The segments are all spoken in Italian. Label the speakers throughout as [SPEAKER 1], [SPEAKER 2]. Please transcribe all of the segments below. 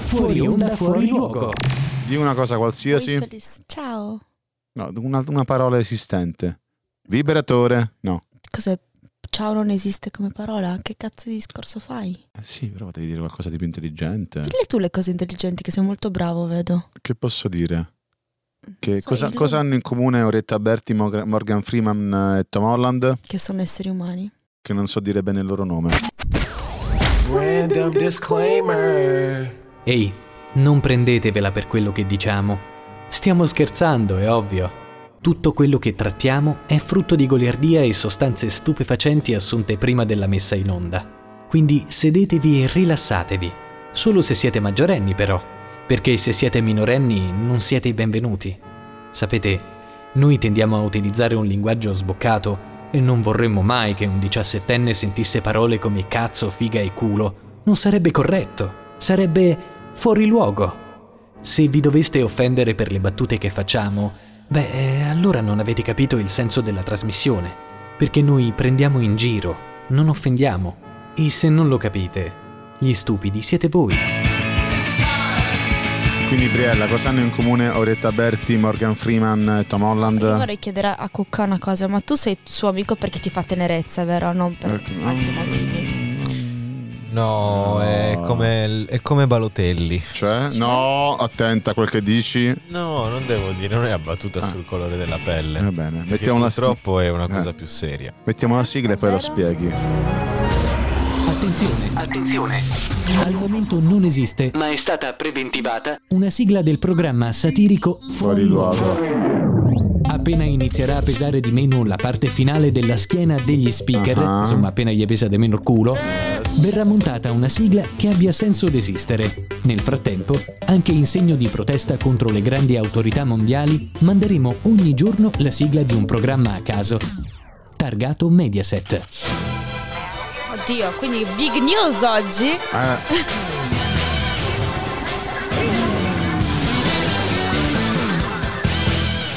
[SPEAKER 1] Fuori onda, fuori luogo.
[SPEAKER 2] Di una cosa qualsiasi.
[SPEAKER 3] Voiceless. Ciao.
[SPEAKER 2] No, una, una parola esistente. Vibratore. No.
[SPEAKER 3] Cos'è? Ciao non esiste come parola? Che cazzo di discorso fai?
[SPEAKER 2] Eh sì, però devi dire qualcosa di più intelligente.
[SPEAKER 3] Dille tu le cose intelligenti che sei molto bravo, vedo.
[SPEAKER 2] Che posso dire? Che
[SPEAKER 3] So,
[SPEAKER 2] cosa,
[SPEAKER 3] dillo-
[SPEAKER 2] cosa hanno in comune Oretta Berti, Mor- Morgan Freeman eh, e Tom Holland?
[SPEAKER 3] Che sono esseri umani.
[SPEAKER 2] Che non so dire bene il loro nome.
[SPEAKER 4] Random disclaimer.
[SPEAKER 1] Ehi, non prendetevela per quello che diciamo. Stiamo scherzando, è ovvio. Tutto quello che trattiamo è frutto di goliardia e sostanze stupefacenti assunte prima della messa in onda. Quindi sedetevi e rilassatevi. Solo se siete maggiorenni, però, perché se siete minorenni non siete i benvenuti. Sapete, noi tendiamo a utilizzare un linguaggio sboccato e non vorremmo mai che un diciassettenne sentisse parole come cazzo, figa e culo. Non sarebbe corretto, sarebbe fuori luogo. Se vi doveste offendere per le battute che facciamo, beh, eh, allora non avete capito il senso della trasmissione, perché noi prendiamo in giro, non offendiamo. E se non lo capite, gli stupidi siete voi.
[SPEAKER 2] Quindi, Briella, cosa hanno in comune Oretta Berti, Morgan Freeman e Tom Holland? Eh,
[SPEAKER 3] Io vorrei chiedere a Cucca una cosa, ma tu sei suo amico perché ti fa tenerezza, vero? Non per
[SPEAKER 2] Eh, no,
[SPEAKER 3] altri motivi.
[SPEAKER 2] No.
[SPEAKER 5] No, È, come, è come Balotelli.
[SPEAKER 2] Cioè, no, attenta a quel che dici. Eh,
[SPEAKER 5] No, non devo dire, non è la battuta
[SPEAKER 2] Ah.
[SPEAKER 5] sul colore della pelle.
[SPEAKER 2] Va bene,
[SPEAKER 5] Che
[SPEAKER 2] mettiamo la,
[SPEAKER 5] purtroppo è una
[SPEAKER 2] eh.
[SPEAKER 5] cosa più seria.
[SPEAKER 2] mettiamo la sigla e poi lo spieghi.
[SPEAKER 1] Attenzione, attenzione. Al momento non esiste, ma è stata preventivata una sigla del programma satirico
[SPEAKER 2] Fuori luogo.
[SPEAKER 1] Appena inizierà a pesare di meno la parte finale della schiena degli speaker,
[SPEAKER 2] Ah.
[SPEAKER 1] insomma appena gli pesa di meno il culo, verrà montata una sigla che abbia senso desistere. Nel frattempo, anche in segno di protesta contro le grandi autorità mondiali, manderemo ogni giorno la sigla di un programma a caso. Targato Mediaset.
[SPEAKER 3] Oddio, quindi big news oggi?
[SPEAKER 2] Eh,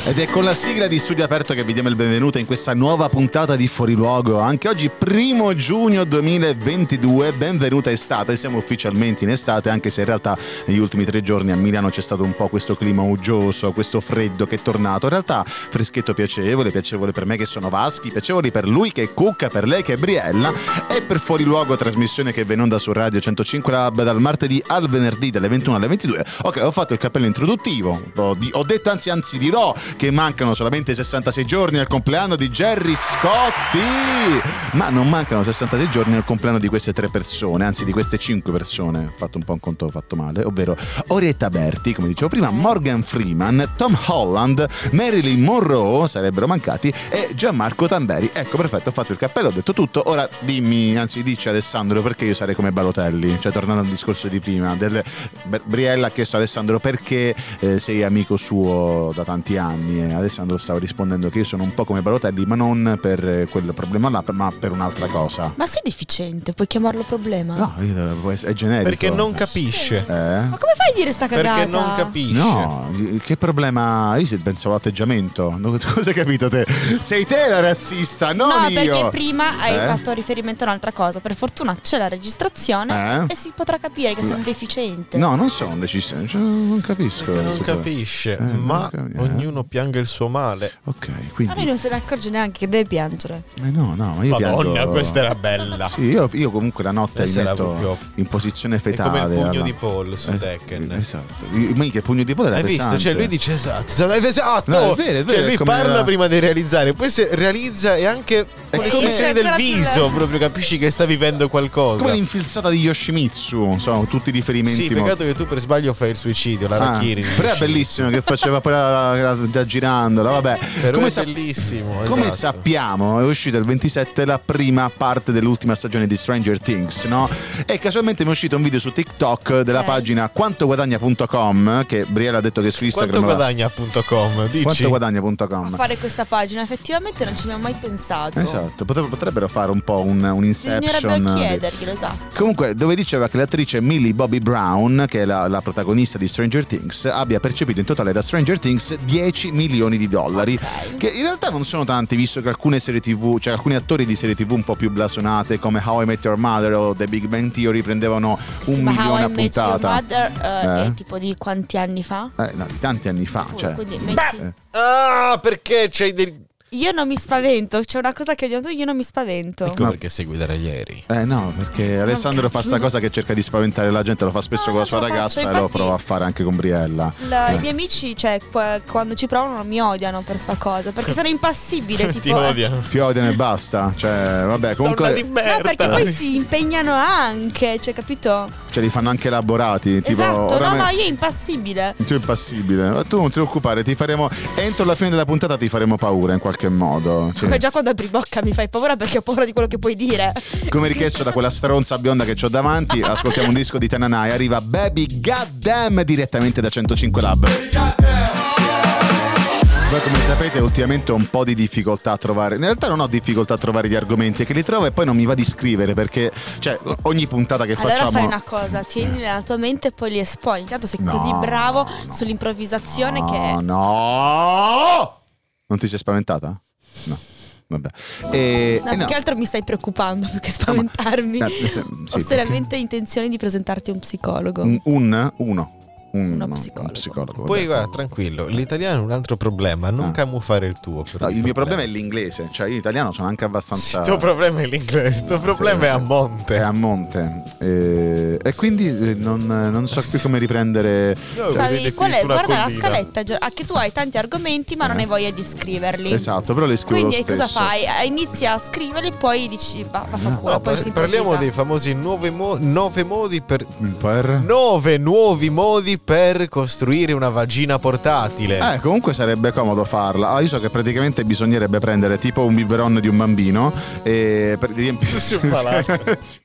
[SPEAKER 2] Ed è con la sigla di Studio Aperto che vi diamo il benvenuto in questa nuova puntata di Fuori Luogo. Anche oggi, primo giugno 2022, benvenuta estate. Siamo ufficialmente in estate, anche se in realtà negli ultimi tre giorni a Milano c'è stato un po' questo clima uggioso, questo freddo che è tornato. In realtà, freschetto piacevole, piacevole per me che sono Vaschi, piacevoli per lui che è Cucca, per lei che è Briella. E per Fuori Luogo, trasmissione che viene onda su Radio 105 Lab dal martedì al venerdì dalle 21 alle 22. Ok, ho fatto il cappello introduttivo, ho, di- ho detto anzi anzi dirò che mancano solamente 66 giorni al compleanno di Jerry Scotti, ma non mancano 66 giorni al compleanno di queste tre persone, anzi di queste cinque persone, ho fatto un po' un conto fatto male, ovvero Orietta Berti, come dicevo prima, Morgan Freeman, Tom Holland, Marilyn Monroe sarebbero mancati e Gianmarco Tamberi. Ecco, perfetto, ho fatto il cappello, ho detto tutto. Ora dimmi, anzi dici Alessandro perché io sarei come Balotelli, cioè tornando al discorso di prima, del- Br- Briella ha chiesto a Alessandro perché eh, sei amico suo da tanti anni e Alessandro stava rispondendo che io sono un po' come Balotelli, ma non per eh, quel problema là, per- ma per un'altra cosa.
[SPEAKER 3] Ma sei deficiente, puoi chiamarlo problema?
[SPEAKER 2] No, io- può essere- è generico.
[SPEAKER 5] Ah. Perché non capisce.
[SPEAKER 2] Eh?
[SPEAKER 3] Ma come fai a dire sta cagata?
[SPEAKER 5] Perché non capisce.
[SPEAKER 2] No, che problema? Io se pensavo all'atteggiamento. No, Cosa hai capito te? Sei te la razzista, non
[SPEAKER 3] No,
[SPEAKER 2] io.
[SPEAKER 3] perché prima hai
[SPEAKER 2] Eh?
[SPEAKER 3] fatto riferimento a un'altra cosa. Per fortuna c'è la registrazione
[SPEAKER 2] Eh? Mm.
[SPEAKER 3] e si potrà capire che sei un deficiente.
[SPEAKER 2] No, non sono decisione, cioè, non capisco.
[SPEAKER 5] Perché non
[SPEAKER 2] questo qua.
[SPEAKER 5] capisce,
[SPEAKER 2] Eh, non
[SPEAKER 5] ma
[SPEAKER 2] capi- eh.
[SPEAKER 5] ognuno piange il suo male.
[SPEAKER 2] Ok,
[SPEAKER 3] Ma lui
[SPEAKER 2] quindi...
[SPEAKER 3] non se ne accorge neanche che deve piangere.
[SPEAKER 2] Eh, no, no, ma io
[SPEAKER 5] Madonna,
[SPEAKER 2] piango...
[SPEAKER 5] questa era bella.
[SPEAKER 2] Sì, io, io comunque la notte mi
[SPEAKER 5] Questa era
[SPEAKER 2] metto
[SPEAKER 5] proprio
[SPEAKER 2] in posizione
[SPEAKER 5] è come
[SPEAKER 2] fetale.
[SPEAKER 5] il pugno
[SPEAKER 2] alla-
[SPEAKER 5] di Paul su
[SPEAKER 2] Es-
[SPEAKER 5] Tekken.
[SPEAKER 2] Esatto. I- Mica il pugno di Paul Eh, era
[SPEAKER 5] Hai visto?
[SPEAKER 2] pesante.
[SPEAKER 5] Cioè, lui dice esatto. esatto, Esatto.
[SPEAKER 2] No, è vero, è vero,
[SPEAKER 5] Cioè,
[SPEAKER 2] è
[SPEAKER 5] lui
[SPEAKER 2] come
[SPEAKER 5] parla
[SPEAKER 2] la-
[SPEAKER 5] prima di realizzare, poi se realizza e anche con
[SPEAKER 2] come-
[SPEAKER 5] l'espressione
[SPEAKER 3] Sì,
[SPEAKER 5] del
[SPEAKER 3] quella più
[SPEAKER 5] viso,
[SPEAKER 3] bella.
[SPEAKER 5] proprio capisci che sta vivendo
[SPEAKER 2] Come
[SPEAKER 5] qualcosa.
[SPEAKER 2] l'infilzata di Yoshimitsu, sono tutti riferimenti
[SPEAKER 5] Sì,
[SPEAKER 2] molto-
[SPEAKER 5] peccato che tu per sbaglio fai il suicidio, la
[SPEAKER 2] Ah,
[SPEAKER 5] Rakiri.
[SPEAKER 2] però è bellissimo che faceva poi la, la, la girandola, vabbè.
[SPEAKER 5] Però
[SPEAKER 2] come
[SPEAKER 5] è
[SPEAKER 2] sa-
[SPEAKER 5] bellissimo.
[SPEAKER 2] Come
[SPEAKER 5] esatto.
[SPEAKER 2] sappiamo, è uscita il 27 la prima parte dell'ultima stagione di Stranger Things, no? E casualmente mi è uscito un video su TikTok della
[SPEAKER 3] Ok.
[SPEAKER 2] pagina quantoguadagna.com che Briella ha detto che su
[SPEAKER 5] Quanto
[SPEAKER 2] Instagram va-
[SPEAKER 5] guadagna.com? Dici?
[SPEAKER 3] A
[SPEAKER 2] quantoguadagna.com.
[SPEAKER 3] fare questa pagina, effettivamente non ci abbiamo mai pensato.
[SPEAKER 2] Esatto, potre- potrebbero fare un po' un, un inception. eh,
[SPEAKER 3] Bisognerebbe
[SPEAKER 2] di-
[SPEAKER 3] chiederglielo, esatto.
[SPEAKER 2] Comunque, dove diceva che l'attrice Millie Bobby Brown, che è la, la protagonista di Stranger Things, abbia percepito in totale da Stranger Things 10 10 milioni di dollari. Che in realtà non sono tanti, visto che alcune serie TV, cioè alcuni attori di serie TV un po' più blasonate, come How I Met Your Mother o The Big Bang Theory, prendevano un
[SPEAKER 3] Sì, ma
[SPEAKER 2] milione
[SPEAKER 3] How
[SPEAKER 2] a
[SPEAKER 3] I Met Your
[SPEAKER 2] puntata.
[SPEAKER 3] Mother, eh,
[SPEAKER 2] Eh?
[SPEAKER 3] è tipo di quanti anni fa?
[SPEAKER 2] Eh, no, di tanti anni fa, cioè.
[SPEAKER 3] Quindi metti-
[SPEAKER 2] eh.
[SPEAKER 5] Ah, perché c'hai del...
[SPEAKER 3] Io non mi spavento, c'è una cosa che ho detto, io non mi spavento.
[SPEAKER 5] Ecco
[SPEAKER 2] Ma-
[SPEAKER 5] perché segui da ieri.
[SPEAKER 2] Eh no, perché
[SPEAKER 3] Sono
[SPEAKER 2] Alessandro fa sta
[SPEAKER 3] cattivo.
[SPEAKER 2] cosa che cerca di spaventare la gente, lo fa spesso
[SPEAKER 3] No,
[SPEAKER 2] con la
[SPEAKER 3] no,
[SPEAKER 2] sua
[SPEAKER 3] lo faccio,
[SPEAKER 2] ragazza e lo
[SPEAKER 3] infatti-
[SPEAKER 2] prova a fare anche con Briella.
[SPEAKER 3] La-
[SPEAKER 2] Eh.
[SPEAKER 3] I miei amici, cioè, qu- quando ci provano mi odiano per sta cosa, perché sono impassibile, tipo... eh.
[SPEAKER 5] Ti odiano.
[SPEAKER 2] Ti odiano e basta. Cioè, vabbè,
[SPEAKER 5] Donna di
[SPEAKER 2] comunque
[SPEAKER 5] merda.
[SPEAKER 3] No, perché poi
[SPEAKER 2] Certo.
[SPEAKER 3] si impegnano anche, cioè, capito?
[SPEAKER 2] ce li fanno anche elaborati. Tipo,
[SPEAKER 3] esatto, no,
[SPEAKER 2] ormai-
[SPEAKER 3] no, io impassibile.
[SPEAKER 2] Tu è impassibile, ma tu non ti preoccupare, ti faremo. Entro la fine della puntata ti faremo paura in qualche modo. sì.
[SPEAKER 3] Ma già quando apri bocca mi fai paura perché ho paura di quello che puoi dire.
[SPEAKER 2] Come richiesto da quella stronza bionda che ho davanti, ascoltiamo un disco di Tananai. Arriva Baby Goddamn direttamente da 105 Lab. Voi come sapete ultimamente ho un po' di difficoltà a trovare, in realtà non ho difficoltà a trovare gli argomenti, è che li trovo e poi non mi va di scrivere perché cioè, ogni puntata che
[SPEAKER 3] Allora
[SPEAKER 2] facciamo...
[SPEAKER 3] fai una cosa, tieni nella tua mente e poi li esponi. Intanto sei
[SPEAKER 2] No,
[SPEAKER 3] così bravo
[SPEAKER 2] no.
[SPEAKER 3] sull'improvvisazione
[SPEAKER 2] no,
[SPEAKER 3] che...
[SPEAKER 2] Oh, No! Non ti sei spaventata? No. Vabbè. E,
[SPEAKER 3] No,
[SPEAKER 2] eh
[SPEAKER 3] più
[SPEAKER 2] no.
[SPEAKER 3] che altro mi stai preoccupando più che spaventarmi.
[SPEAKER 2] Eh, eh, sì,
[SPEAKER 3] Ho
[SPEAKER 2] perché- Mm.
[SPEAKER 3] seriamente intenzione di presentarti un psicologo.
[SPEAKER 2] Un, un- uno. Un,
[SPEAKER 3] Uno
[SPEAKER 2] no,
[SPEAKER 3] psicologo.
[SPEAKER 2] un psicologo,
[SPEAKER 5] Poi
[SPEAKER 2] vabbè.
[SPEAKER 5] guarda, tranquillo, l'italiano è un altro problema, non
[SPEAKER 2] Ah.
[SPEAKER 5] camuffare il tuo. però
[SPEAKER 2] No, il mio problema è l'inglese, cioè io in italiano sono anche abbastanza...
[SPEAKER 5] Il tuo problema è l'inglese, il tuo problema è a
[SPEAKER 2] È
[SPEAKER 5] monte.
[SPEAKER 2] a monte. E, e quindi eh, non, non so più come riprendere...
[SPEAKER 5] No,
[SPEAKER 2] Cioè,
[SPEAKER 3] Stavi-
[SPEAKER 5] vedi,
[SPEAKER 3] qual è-
[SPEAKER 5] su una
[SPEAKER 3] guarda la
[SPEAKER 5] collina.
[SPEAKER 3] scaletta, Gio- ah, che tu hai tanti argomenti ma non hai voglia di scriverli.
[SPEAKER 2] Eh. Esatto, però le scrivo
[SPEAKER 3] Quindi
[SPEAKER 2] lo
[SPEAKER 3] eh,
[SPEAKER 2] stesso.
[SPEAKER 3] cosa fai? Eh, Inizi a scriverli poi dici va, va fa culo,
[SPEAKER 5] No,
[SPEAKER 3] poi
[SPEAKER 5] par-
[SPEAKER 3] si
[SPEAKER 5] parliamo dei
[SPEAKER 3] improvvisa.
[SPEAKER 5] famosi nuove mo- nove modi per.
[SPEAKER 2] Mm, Per...
[SPEAKER 5] Nove nuovi modi per costruire una vagina portatile.
[SPEAKER 2] Eh, comunque sarebbe comodo farla. Ah, io so che praticamente bisognerebbe prendere tipo un biberon di un bambino e per riempire
[SPEAKER 5] Sì, un palazzo.
[SPEAKER 2] Sì.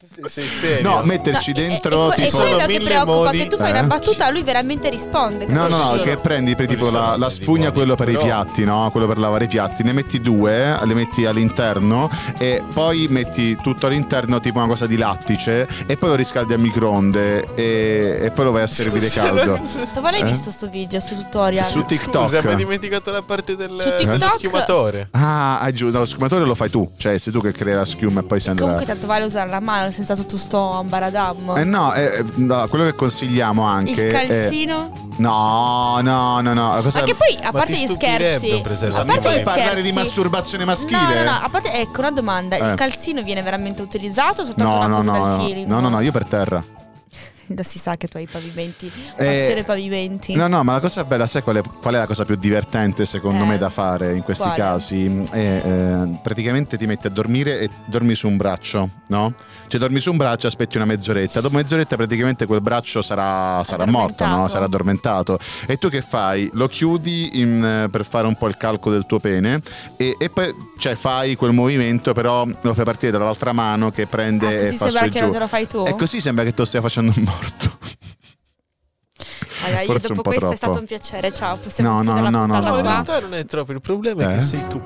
[SPEAKER 5] Sei- Sei serio?
[SPEAKER 2] No, metterci
[SPEAKER 3] No, e-
[SPEAKER 2] dentro
[SPEAKER 3] e, e,
[SPEAKER 5] ti
[SPEAKER 3] e
[SPEAKER 5] sono
[SPEAKER 2] tipo
[SPEAKER 3] quello che
[SPEAKER 5] mille
[SPEAKER 3] preoccupa
[SPEAKER 5] modi.
[SPEAKER 3] che tu fai
[SPEAKER 2] Eh?
[SPEAKER 3] una battuta lui veramente risponde
[SPEAKER 2] No,
[SPEAKER 3] capito?
[SPEAKER 2] no,
[SPEAKER 5] Ci
[SPEAKER 2] no, che
[SPEAKER 5] sono-
[SPEAKER 2] prendi per tipo
[SPEAKER 5] ci sono
[SPEAKER 2] la, la
[SPEAKER 5] dei
[SPEAKER 2] spugna,
[SPEAKER 5] modi,
[SPEAKER 2] quello per i
[SPEAKER 5] però-
[SPEAKER 2] piatti, no? Quello per lavare i piatti, ne metti due, le metti all'interno e poi metti tutto all'interno tipo una cosa di lattice e poi lo riscaldi al microonde e, e poi lo vai a servire
[SPEAKER 5] Scusa,
[SPEAKER 2] caldo.
[SPEAKER 3] Dove l'hai
[SPEAKER 2] Eh?
[SPEAKER 3] visto sto video, sto tutorial?
[SPEAKER 2] Su TikTok.
[SPEAKER 5] Scusa, mi hai dimenticato la parte del
[SPEAKER 3] Su TikTok-
[SPEAKER 5] dello schiumatore.
[SPEAKER 2] Ah, ah, giù, no, lo schiumatore lo fai tu, cioè sei tu che crei la schiuma e poi si andrà.
[SPEAKER 3] Comunque tanto vale usare la mano senza tutto sto ambaradam.
[SPEAKER 2] Eh no, eh, no, quello che consigliamo anche.
[SPEAKER 3] Il
[SPEAKER 2] è-
[SPEAKER 3] calzino.
[SPEAKER 2] No, no, no, no. Cosa...
[SPEAKER 3] Anche poi, a
[SPEAKER 5] Ma
[SPEAKER 3] parte
[SPEAKER 5] ti
[SPEAKER 3] gli
[SPEAKER 5] stupirebbe
[SPEAKER 3] scherzi.
[SPEAKER 5] un preservativo?
[SPEAKER 3] A
[SPEAKER 2] Mi fai
[SPEAKER 3] parte gli
[SPEAKER 2] parlare di
[SPEAKER 3] scherzi-
[SPEAKER 2] masturbazione maschile?
[SPEAKER 3] No, no, no, a parte, ecco una domanda.
[SPEAKER 2] Eh.
[SPEAKER 3] Il calzino viene veramente utilizzato o soltanto
[SPEAKER 2] No,
[SPEAKER 3] una
[SPEAKER 2] no,
[SPEAKER 3] cosa
[SPEAKER 2] no,
[SPEAKER 3] dal
[SPEAKER 2] no,
[SPEAKER 3] feeling?
[SPEAKER 2] no, no, no, io per terra.
[SPEAKER 3] Da si sa che tu hai i pavimenti.
[SPEAKER 2] Eh,
[SPEAKER 3] Passione pavimenti.
[SPEAKER 2] No, no, ma la cosa bella, sai qual è, qual è la cosa più divertente secondo
[SPEAKER 3] Eh.
[SPEAKER 2] me da fare in questi
[SPEAKER 3] Quale?
[SPEAKER 2] casi? È, eh, praticamente ti metti a dormire e dormi su un braccio, no? Cioè dormi su un braccio, aspetti una mezz'oretta, dopo mezz'oretta praticamente quel braccio sarà, sarà morto, no?
[SPEAKER 3] Addormentato.
[SPEAKER 2] sarà addormentato. E tu che fai? Lo chiudi in, eh, per fare un po' il calco del tuo pene e, e poi cioè, fai quel movimento, però lo fai partire dall'altra mano che prende
[SPEAKER 3] Ah,
[SPEAKER 2] e
[SPEAKER 3] così
[SPEAKER 2] fa su
[SPEAKER 3] sembra
[SPEAKER 2] e
[SPEAKER 3] che non
[SPEAKER 2] giù.
[SPEAKER 3] te lo fai tu.
[SPEAKER 2] E così sembra che tu stia facendo un morto.
[SPEAKER 3] Allora, io
[SPEAKER 2] forse
[SPEAKER 3] dopo
[SPEAKER 2] un po'
[SPEAKER 3] questo è
[SPEAKER 2] troppo.
[SPEAKER 3] stato un piacere. Ciao, possiamo
[SPEAKER 2] No, no,
[SPEAKER 3] chiudere la
[SPEAKER 2] no, no,
[SPEAKER 5] No,
[SPEAKER 3] puntata
[SPEAKER 5] in
[SPEAKER 2] no,
[SPEAKER 3] qua?
[SPEAKER 2] no.
[SPEAKER 5] realtà non è troppo il problema, è
[SPEAKER 2] Eh?
[SPEAKER 5] che sei tu.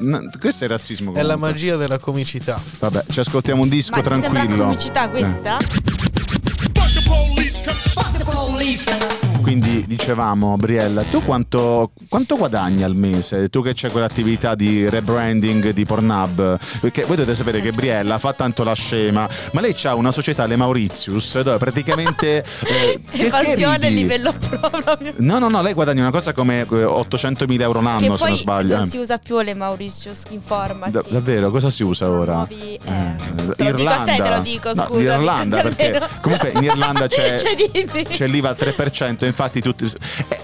[SPEAKER 2] No, questo è razzismo.
[SPEAKER 5] È la
[SPEAKER 2] comunque.
[SPEAKER 5] magia della comicità.
[SPEAKER 2] Vabbè, ci ascoltiamo un disco
[SPEAKER 3] Ma ti sembra
[SPEAKER 2] tranquillo.
[SPEAKER 3] comicità questa?
[SPEAKER 2] Eh, Quindi dicevamo, Briella, tu quanto, quanto guadagni al mese? Tu che c'è quell'attività di rebranding di Pornhub? Perché voi dovete sapere che Briella fa tanto la scema, ma lei ha una società, le Mauritius, dove praticamente... eh, che- che
[SPEAKER 3] Evasione
[SPEAKER 2] ridi?
[SPEAKER 3] livello pro proprio.
[SPEAKER 2] No, no, no, lei guadagna una cosa come eh, 800.000 euro
[SPEAKER 3] Che
[SPEAKER 2] l'anno, se
[SPEAKER 3] poi
[SPEAKER 2] non sbaglio. eh.
[SPEAKER 3] non si usa più le Mauritius, informati.
[SPEAKER 2] Da- davvero, cosa si usa
[SPEAKER 3] Sono
[SPEAKER 2] ora?
[SPEAKER 3] nuovi, eh,
[SPEAKER 2] Eh,
[SPEAKER 3] te lo dico a
[SPEAKER 2] Irlanda.
[SPEAKER 3] te, te lo dico,
[SPEAKER 2] No,
[SPEAKER 3] scusa.
[SPEAKER 2] l'Irlanda, perché comunque in Irlanda c'è,
[SPEAKER 3] Cioè, dimmi.
[SPEAKER 2] c'è l'IVA al 3%, infatti tutti...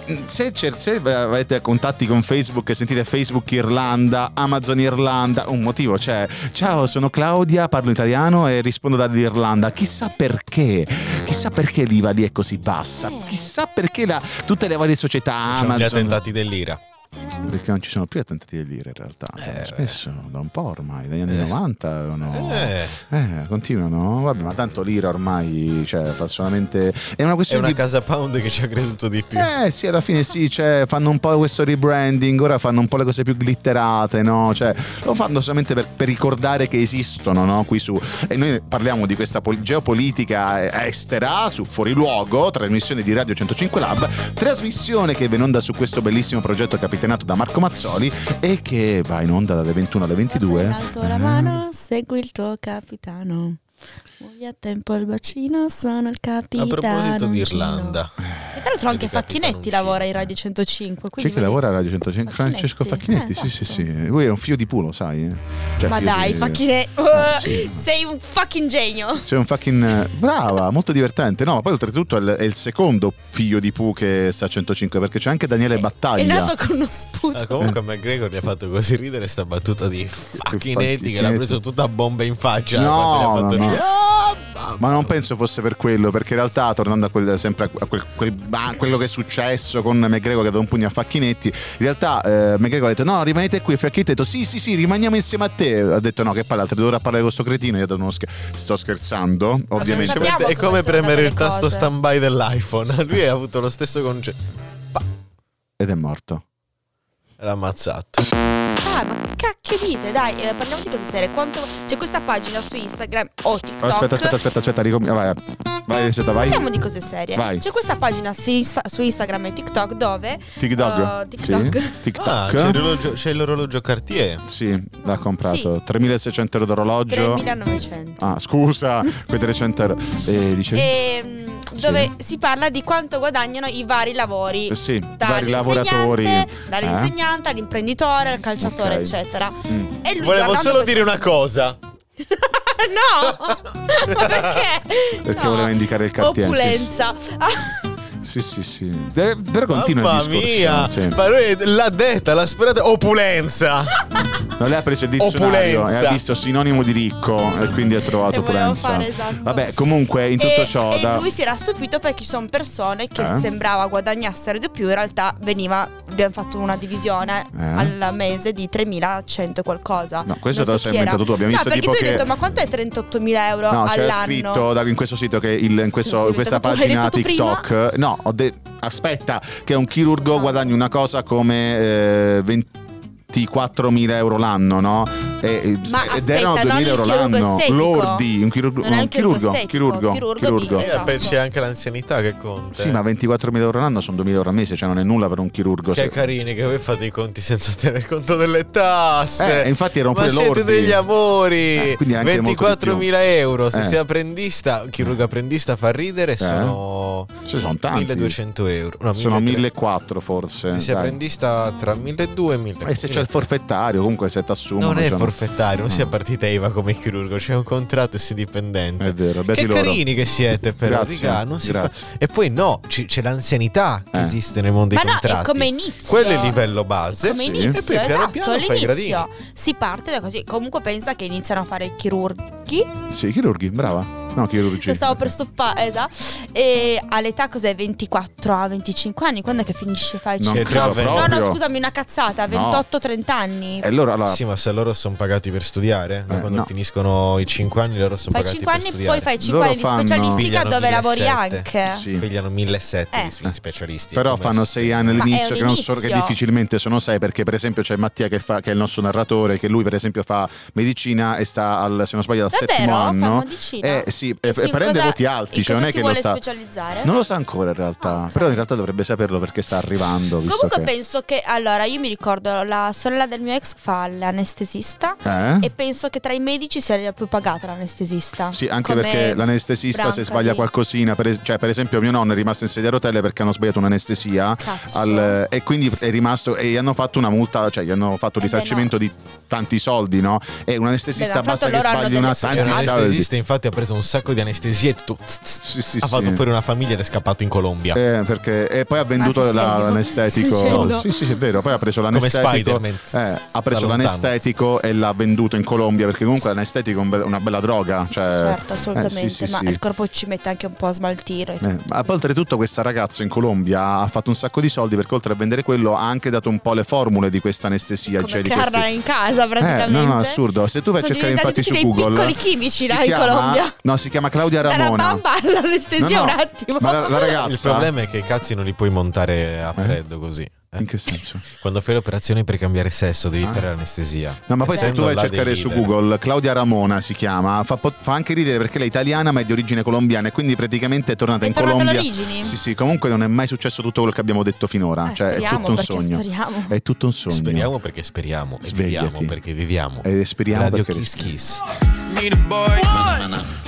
[SPEAKER 2] eh, Se, c'è- se avete contatti con Facebook e sentite Facebook Irlanda, Amazon Irlanda, un motivo c'è. Ciao, sono Claudia, parlo italiano e rispondo dall'Irlanda. Chissà perché, chissà perché l'IVA lì è così bassa,
[SPEAKER 3] Eh.
[SPEAKER 2] chissà perché la- tutte le varie società
[SPEAKER 5] Facciamo gli
[SPEAKER 2] Amazon...
[SPEAKER 5] attentati dell'ira.
[SPEAKER 2] perché non ci sono più tentativi di lire in realtà. Cioè,
[SPEAKER 5] Eh,
[SPEAKER 2] Spesso, da un po' ormai, dagli anni
[SPEAKER 5] Eh.
[SPEAKER 2] 90 avevano-
[SPEAKER 5] Eh,
[SPEAKER 2] Eh, continuano. Vabbè, ma tanto l'ira ormai cioè, fa solamente. È una
[SPEAKER 5] è
[SPEAKER 2] questione
[SPEAKER 5] una
[SPEAKER 2] di.
[SPEAKER 5] casa pound che ci ha creduto di più.
[SPEAKER 2] Eh sì, alla fine sì, cioè, fanno un po' questo rebranding, ora fanno un po' le cose più glitterate, no? Cioè, lo fanno solamente per, per ricordare che esistono, no? Qui su... E noi parliamo di questa pol- geopolitica estera su Fuoriluogo, trasmissione di Radio 105 Lab, trasmissione che va in onda su questo bellissimo progetto capitanato da Marco Mazzoli e che va in onda dalle 21 alle 22.
[SPEAKER 3] In alto la
[SPEAKER 2] Eh.
[SPEAKER 3] mano, segui il tuo capitano. Muovi a tempo il bacino, sono il
[SPEAKER 5] A
[SPEAKER 3] capitano.
[SPEAKER 5] proposito di
[SPEAKER 3] Uncino.
[SPEAKER 5] Irlanda,
[SPEAKER 3] E tra l'altro anche
[SPEAKER 5] Vedi, capitano
[SPEAKER 3] Facchinetti
[SPEAKER 5] Uncino.
[SPEAKER 3] lavora in Radio
[SPEAKER 2] Eh.
[SPEAKER 3] 105.
[SPEAKER 2] C'è
[SPEAKER 3] quindi
[SPEAKER 2] chi
[SPEAKER 3] voglio
[SPEAKER 2] lavora a
[SPEAKER 3] dire-
[SPEAKER 2] Radio 105, Francesco Facchinetti,
[SPEAKER 3] Facchinetti.
[SPEAKER 2] sì, sì,
[SPEAKER 3] Eh,
[SPEAKER 2] sì, lui è un figlio di pulo, sai? eh? Cioè,
[SPEAKER 3] Ma
[SPEAKER 2] figlio
[SPEAKER 3] dai,
[SPEAKER 2] di-
[SPEAKER 3] Facchinetti,
[SPEAKER 2] Ah, sì.
[SPEAKER 3] sei un fucking genio.
[SPEAKER 2] Sei un fucking eh, brava, molto divertente. No, ma poi oltretutto è il, è il secondo figlio di Pooh che sta a 105 perché c'è anche Daniele
[SPEAKER 3] Eh, È
[SPEAKER 2] Battaglia.
[SPEAKER 3] nato con uno sputo.
[SPEAKER 5] Ah, comunque a McGregor gli ha fatto così ridere sta battuta di Facchinetti che l'ha
[SPEAKER 2] Facchinetti.
[SPEAKER 5] preso tutta a bomba in faccia.
[SPEAKER 2] No,
[SPEAKER 5] quando gli ha fatto
[SPEAKER 2] no, no.
[SPEAKER 5] ridere. Ah, mamma.
[SPEAKER 2] Ma non penso fosse per quello, perché in realtà, tornando a quel- sempre a quel- quel- a quello che è successo con McGregor che ha dato un pugno a Facchinetti, in realtà eh, McGregor ha detto no, rimanete qui, Facchinetti ha detto sì, sì, sì, rimaniamo insieme a te. Ha detto no, che palle, altre due ore a parlare con questo cretino, io ho dato uno scher- sto scherzando, ovviamente.
[SPEAKER 3] sappiamo
[SPEAKER 5] Semplicemente
[SPEAKER 3] come
[SPEAKER 5] è come
[SPEAKER 3] sono andate
[SPEAKER 5] premere
[SPEAKER 3] le
[SPEAKER 5] il tasto
[SPEAKER 3] cose.
[SPEAKER 5] stand by dell'iPhone. Lui ha avuto lo stesso concetto.
[SPEAKER 2] Ed è morto.
[SPEAKER 5] L'ha ammazzato.
[SPEAKER 3] Ah, ma che cacchio dite? Dai, eh, parliamo di cose serie. Quanto... C'è questa pagina su Instagram o TikTok.
[SPEAKER 2] Aspetta, aspetta, aspetta, aspetta, ricom- ah, vai, vai, aspetta, vai.
[SPEAKER 3] Parliamo di cose serie.
[SPEAKER 2] Vai.
[SPEAKER 3] C'è questa pagina su, Insta- su Instagram e TikTok dove
[SPEAKER 2] TikTok.
[SPEAKER 3] Eh, TikTok.
[SPEAKER 2] Sì, TikTok.
[SPEAKER 5] Ah, c'è l'orologio, c'è l'orologio Cartier.
[SPEAKER 2] Sì, l'ha comprato. 3600 euro d'orologio.
[SPEAKER 3] 3900.
[SPEAKER 2] Ah, scusa, quei 300 euro. E dice...
[SPEAKER 3] Ehm, dove si parla di quanto guadagnano i vari lavori.
[SPEAKER 2] Eh sì, vari
[SPEAKER 3] Dall'insegnante,
[SPEAKER 2] lavoratori. Eh?
[SPEAKER 3] Dall'insegnante all'imprenditore, al calciatore,
[SPEAKER 2] Ok.
[SPEAKER 3] eccetera.
[SPEAKER 2] Mm.
[SPEAKER 3] E lui
[SPEAKER 5] Volevo
[SPEAKER 3] guardando
[SPEAKER 5] solo
[SPEAKER 3] questo-
[SPEAKER 5] dire una cosa.
[SPEAKER 3] no! Ma perché?
[SPEAKER 2] Perché
[SPEAKER 3] No.
[SPEAKER 2] voleva indicare il cartier.
[SPEAKER 3] Opulenza.
[SPEAKER 2] Sì, sì, sì. Eh, però continua
[SPEAKER 5] Mamma
[SPEAKER 2] il discorso.
[SPEAKER 5] mia,
[SPEAKER 2] sì.
[SPEAKER 5] ma lui l'ha detta, l'ha sperata. Opulenza.
[SPEAKER 3] Esatto.
[SPEAKER 2] Non lei ha preso il dizionario
[SPEAKER 5] Opulenza.
[SPEAKER 2] e ha visto sinonimo di ricco e quindi ha trovato
[SPEAKER 3] E volevo
[SPEAKER 2] opulenza.
[SPEAKER 3] fare, esatto.
[SPEAKER 2] Vabbè, comunque in tutto
[SPEAKER 3] e,
[SPEAKER 2] ciò
[SPEAKER 3] e
[SPEAKER 2] da
[SPEAKER 3] lui si era stupito perché ci sono persone che
[SPEAKER 2] Eh?
[SPEAKER 3] sembrava guadagnassero di più, in realtà veniva, abbiamo fatto una divisione
[SPEAKER 2] Eh?
[SPEAKER 3] al mese di 3100 qualcosa.
[SPEAKER 2] No, questo
[SPEAKER 3] Non
[SPEAKER 2] te lo sei
[SPEAKER 3] so chi era.
[SPEAKER 2] inventato tu, abbiamo
[SPEAKER 3] no,
[SPEAKER 2] visto
[SPEAKER 3] perché
[SPEAKER 2] tipo
[SPEAKER 3] tu hai
[SPEAKER 2] che-
[SPEAKER 3] detto ma quanto è 38.000 euro
[SPEAKER 2] No, c'era
[SPEAKER 3] all'anno?
[SPEAKER 2] scritto da- in questo sito che il- in, questo-
[SPEAKER 3] Sì,
[SPEAKER 2] in questa
[SPEAKER 3] tu l'hai
[SPEAKER 2] pagina
[SPEAKER 3] detto tu
[SPEAKER 2] TikTok. No, ho de- aspetta, che un chirurgo
[SPEAKER 3] Scusa.
[SPEAKER 2] guadagni una cosa come eh, 24.000 euro l'anno, no? E- e-
[SPEAKER 3] Ma
[SPEAKER 2] ed erano
[SPEAKER 3] aspetta,
[SPEAKER 2] 2.000 euro
[SPEAKER 3] non il chirurgo
[SPEAKER 2] l'anno.
[SPEAKER 3] estetico.
[SPEAKER 2] Lordi, un chirurgo,
[SPEAKER 3] Non è un chirurgo
[SPEAKER 2] chirurgo,
[SPEAKER 3] estetico,
[SPEAKER 2] chirurgo,
[SPEAKER 3] chirurgo di-
[SPEAKER 2] chirurgo.
[SPEAKER 5] Eh,
[SPEAKER 3] Esatto.
[SPEAKER 5] beh, C'è anche l'anzianità che conta.
[SPEAKER 2] Sì, ma 24.000 euro l'anno sono 2.000 euro al mese, cioè non è nulla per un chirurgo.
[SPEAKER 5] Che
[SPEAKER 2] se-
[SPEAKER 5] carini che voi fate i conti senza tenere conto delle tasse.
[SPEAKER 2] Eh, infatti erano
[SPEAKER 5] ma
[SPEAKER 2] pure
[SPEAKER 5] siete
[SPEAKER 2] lordi.
[SPEAKER 5] degli amori.
[SPEAKER 2] Eh, quindi anche molto di più.
[SPEAKER 5] 24.000 euro. Se
[SPEAKER 2] Eh.
[SPEAKER 5] sei apprendista, un chirurgo apprendista fa ridere, sono
[SPEAKER 2] Sì, sono tanti.
[SPEAKER 5] 1200 euro. No,
[SPEAKER 2] Sono
[SPEAKER 5] 1300.
[SPEAKER 2] 1.400 forse.
[SPEAKER 5] Se sei
[SPEAKER 2] dai.
[SPEAKER 5] apprendista tra 1.200 e 1.000.
[SPEAKER 2] E se c'è il forfettario, comunque se ti assumono.
[SPEAKER 5] non è
[SPEAKER 2] cioè,
[SPEAKER 5] forfettario, non
[SPEAKER 2] No.
[SPEAKER 5] si è partita IVA come chirurgo, c'è un contratto e sei dipendente.
[SPEAKER 2] È vero, beati
[SPEAKER 5] che
[SPEAKER 2] loro.
[SPEAKER 5] carini che siete, però,
[SPEAKER 2] Grazie,
[SPEAKER 5] raga, non si fa-
[SPEAKER 2] grazie.
[SPEAKER 5] E poi no, ci- c'è l'anzianità che
[SPEAKER 2] Eh.
[SPEAKER 5] esiste nel mondo
[SPEAKER 3] Ma
[SPEAKER 5] dei
[SPEAKER 3] no,
[SPEAKER 5] contratti.
[SPEAKER 3] è come inizio.
[SPEAKER 5] Quello è il livello base.
[SPEAKER 3] come
[SPEAKER 2] sì.
[SPEAKER 3] inizio,
[SPEAKER 5] E poi piano
[SPEAKER 3] esatto,
[SPEAKER 5] piano fai i
[SPEAKER 3] all'inizio
[SPEAKER 5] gradini.
[SPEAKER 3] si parte da così. Comunque pensa che iniziano a fare i chirurghi.
[SPEAKER 2] Sì, chirurghi, brava. No, chirurgi.
[SPEAKER 3] Lo stavo per stoppare, esatto. E all'età cos'è? 24 a 25 anni? Quando è che finisce fai
[SPEAKER 2] Non
[SPEAKER 5] C'è
[SPEAKER 2] credo
[SPEAKER 5] già venti-
[SPEAKER 3] No,
[SPEAKER 2] proprio. Eh,
[SPEAKER 3] no, scusami, una cazzata, 28-30 anni.
[SPEAKER 2] E allora, allora
[SPEAKER 5] Sì, ma se loro sono pagati per studiare,
[SPEAKER 2] Eh,
[SPEAKER 5] quando
[SPEAKER 2] no.
[SPEAKER 5] finiscono i 5 anni loro sono
[SPEAKER 3] Fai
[SPEAKER 5] pagati
[SPEAKER 3] 5
[SPEAKER 5] per
[SPEAKER 3] anni,
[SPEAKER 5] studiare.
[SPEAKER 3] poi fai 5
[SPEAKER 2] Loro
[SPEAKER 3] anni di
[SPEAKER 2] fanno-
[SPEAKER 3] specialistica
[SPEAKER 5] Pigliano
[SPEAKER 3] dove lavori
[SPEAKER 5] 1700.
[SPEAKER 3] anche.
[SPEAKER 2] Sì.
[SPEAKER 5] Pigliano 1700
[SPEAKER 3] Eh.
[SPEAKER 5] di specialisti.
[SPEAKER 2] Però
[SPEAKER 5] come
[SPEAKER 2] fanno
[SPEAKER 5] se-
[SPEAKER 2] sei anni
[SPEAKER 3] Ma è
[SPEAKER 2] all'inizio
[SPEAKER 3] un
[SPEAKER 2] che, non so- che
[SPEAKER 3] inizio.
[SPEAKER 2] difficilmente sono sei perché per esempio c'è Mattia che, fa, che è il nostro narratore che lui per esempio fa medicina e sta al, se non sbaglio al
[SPEAKER 3] Davvero?
[SPEAKER 2] settimo
[SPEAKER 3] Fanno
[SPEAKER 2] anno
[SPEAKER 3] medicina?
[SPEAKER 2] eh, sì, e,
[SPEAKER 3] E
[SPEAKER 2] e
[SPEAKER 3] sì,
[SPEAKER 2] prende
[SPEAKER 3] cosa-
[SPEAKER 2] voti alti
[SPEAKER 3] in
[SPEAKER 2] cioè non
[SPEAKER 3] cosa
[SPEAKER 2] è
[SPEAKER 3] si
[SPEAKER 2] che lo
[SPEAKER 3] vuole
[SPEAKER 2] sta
[SPEAKER 3] specializzare?
[SPEAKER 2] non lo sa ancora in realtà
[SPEAKER 3] Ah, ok.
[SPEAKER 2] però in realtà dovrebbe saperlo perché sta arrivando visto
[SPEAKER 3] Comunque
[SPEAKER 2] che
[SPEAKER 3] penso che allora io mi ricordo la sorella del mio ex fa l'anestesista
[SPEAKER 2] eh?
[SPEAKER 3] e penso che tra i medici sia la più pagata l'anestesista.
[SPEAKER 2] Sì, anche
[SPEAKER 3] Come
[SPEAKER 2] perché l'anestesista se
[SPEAKER 3] Branca
[SPEAKER 2] sbaglia
[SPEAKER 3] lì.
[SPEAKER 2] qualcosina, per es- cioè per esempio mio nonno è rimasto in sedia a rotelle perché hanno sbagliato un'anestesia
[SPEAKER 3] Cazzo.
[SPEAKER 2] al- eh, e quindi è rimasto e gli hanno fatto una multa, cioè gli hanno fatto
[SPEAKER 3] Eh
[SPEAKER 2] un
[SPEAKER 3] beh,
[SPEAKER 2] risarcimento di tanti soldi, no? E un
[SPEAKER 3] Beh,
[SPEAKER 2] anestesista
[SPEAKER 3] da un
[SPEAKER 2] basta
[SPEAKER 3] lato
[SPEAKER 2] che
[SPEAKER 3] loro hanno
[SPEAKER 2] sbagli una
[SPEAKER 3] delle
[SPEAKER 5] Cioè,
[SPEAKER 2] tanti
[SPEAKER 3] società.
[SPEAKER 2] soldi.
[SPEAKER 5] l'anestesista infatti ha preso un sacco di anestesie e tutto. tss, tss,
[SPEAKER 2] Sì, sì,
[SPEAKER 5] ha fatto
[SPEAKER 2] sì.
[SPEAKER 5] fuori una famiglia ed è scappato in Colombia.
[SPEAKER 2] Eh, perché, e poi ha venduto
[SPEAKER 3] Ma sei
[SPEAKER 2] la-
[SPEAKER 3] serio? Stai
[SPEAKER 2] l'anestetico.
[SPEAKER 3] dicendo?
[SPEAKER 2] Sì, sì, sì, è vero. Poi ha preso
[SPEAKER 5] Come
[SPEAKER 2] l'anestetico.
[SPEAKER 5] Spider-Man.
[SPEAKER 2] eh, ha preso
[SPEAKER 5] Da lontano.
[SPEAKER 2] l'anestetico e l'ha venduto in Colombia. Perché comunque l'anestetico è un be- una bella droga. Cioè,
[SPEAKER 3] Certo,
[SPEAKER 2] eh,
[SPEAKER 3] assolutamente,
[SPEAKER 2] sì, sì,
[SPEAKER 3] ma
[SPEAKER 2] sì.
[SPEAKER 3] il corpo ci mette anche un po' a smaltire.
[SPEAKER 2] Eh, ma poi oltretutto questa ragazza in Colombia ha fatto un sacco di soldi perché oltre a vendere quello ha anche dato un po' le formule di questa anestesia.
[SPEAKER 3] Come
[SPEAKER 2] cioè di
[SPEAKER 3] crearla
[SPEAKER 2] questi-
[SPEAKER 3] in casa
[SPEAKER 2] Eh,
[SPEAKER 3] praticamente.
[SPEAKER 2] no, no, assurdo. Se tu vai a
[SPEAKER 3] Sono
[SPEAKER 2] cercare infatti
[SPEAKER 3] diventati
[SPEAKER 2] su
[SPEAKER 3] tutti dei
[SPEAKER 2] Google...
[SPEAKER 3] piccoli chimici
[SPEAKER 2] si
[SPEAKER 3] là in
[SPEAKER 2] chiama-
[SPEAKER 3] Colombia.
[SPEAKER 2] No, si chiama Claudia
[SPEAKER 3] Dalla
[SPEAKER 2] Ramona.
[SPEAKER 3] bamba all'anestesia
[SPEAKER 2] No, no,
[SPEAKER 3] un attimo.
[SPEAKER 2] Ma la, la ragazza...
[SPEAKER 5] Il problema è che i cazzi non li puoi montare a freddo così. eh.
[SPEAKER 2] In che senso?
[SPEAKER 5] Quando fai l'operazione per cambiare sesso devi
[SPEAKER 2] Ah.
[SPEAKER 5] fare l'anestesia.
[SPEAKER 2] No, ma poi se
[SPEAKER 5] Essendo
[SPEAKER 2] tu vai a
[SPEAKER 5] là dei
[SPEAKER 2] cercare su
[SPEAKER 5] leader.
[SPEAKER 2] Google, Claudia Ramona si chiama, fa, po- fa anche ridere perché lei è italiana ma è di origine colombiana e quindi praticamente è tornata
[SPEAKER 3] È
[SPEAKER 2] in
[SPEAKER 3] tornata
[SPEAKER 2] Colombia.
[SPEAKER 3] alle origini?
[SPEAKER 2] Sì, sì, comunque non è mai successo tutto quello che abbiamo detto finora,
[SPEAKER 3] Eh,
[SPEAKER 2] cioè
[SPEAKER 3] speriamo,
[SPEAKER 2] è tutto un
[SPEAKER 3] perché
[SPEAKER 2] sogno. Eh,
[SPEAKER 3] speriamo.
[SPEAKER 2] È tutto un sogno.
[SPEAKER 5] Speriamo perché speriamo. E
[SPEAKER 2] Svegliati.
[SPEAKER 5] viviamo perché viviamo.
[SPEAKER 2] E respiriamo
[SPEAKER 5] Radio
[SPEAKER 2] perché
[SPEAKER 5] Kiss Kiss.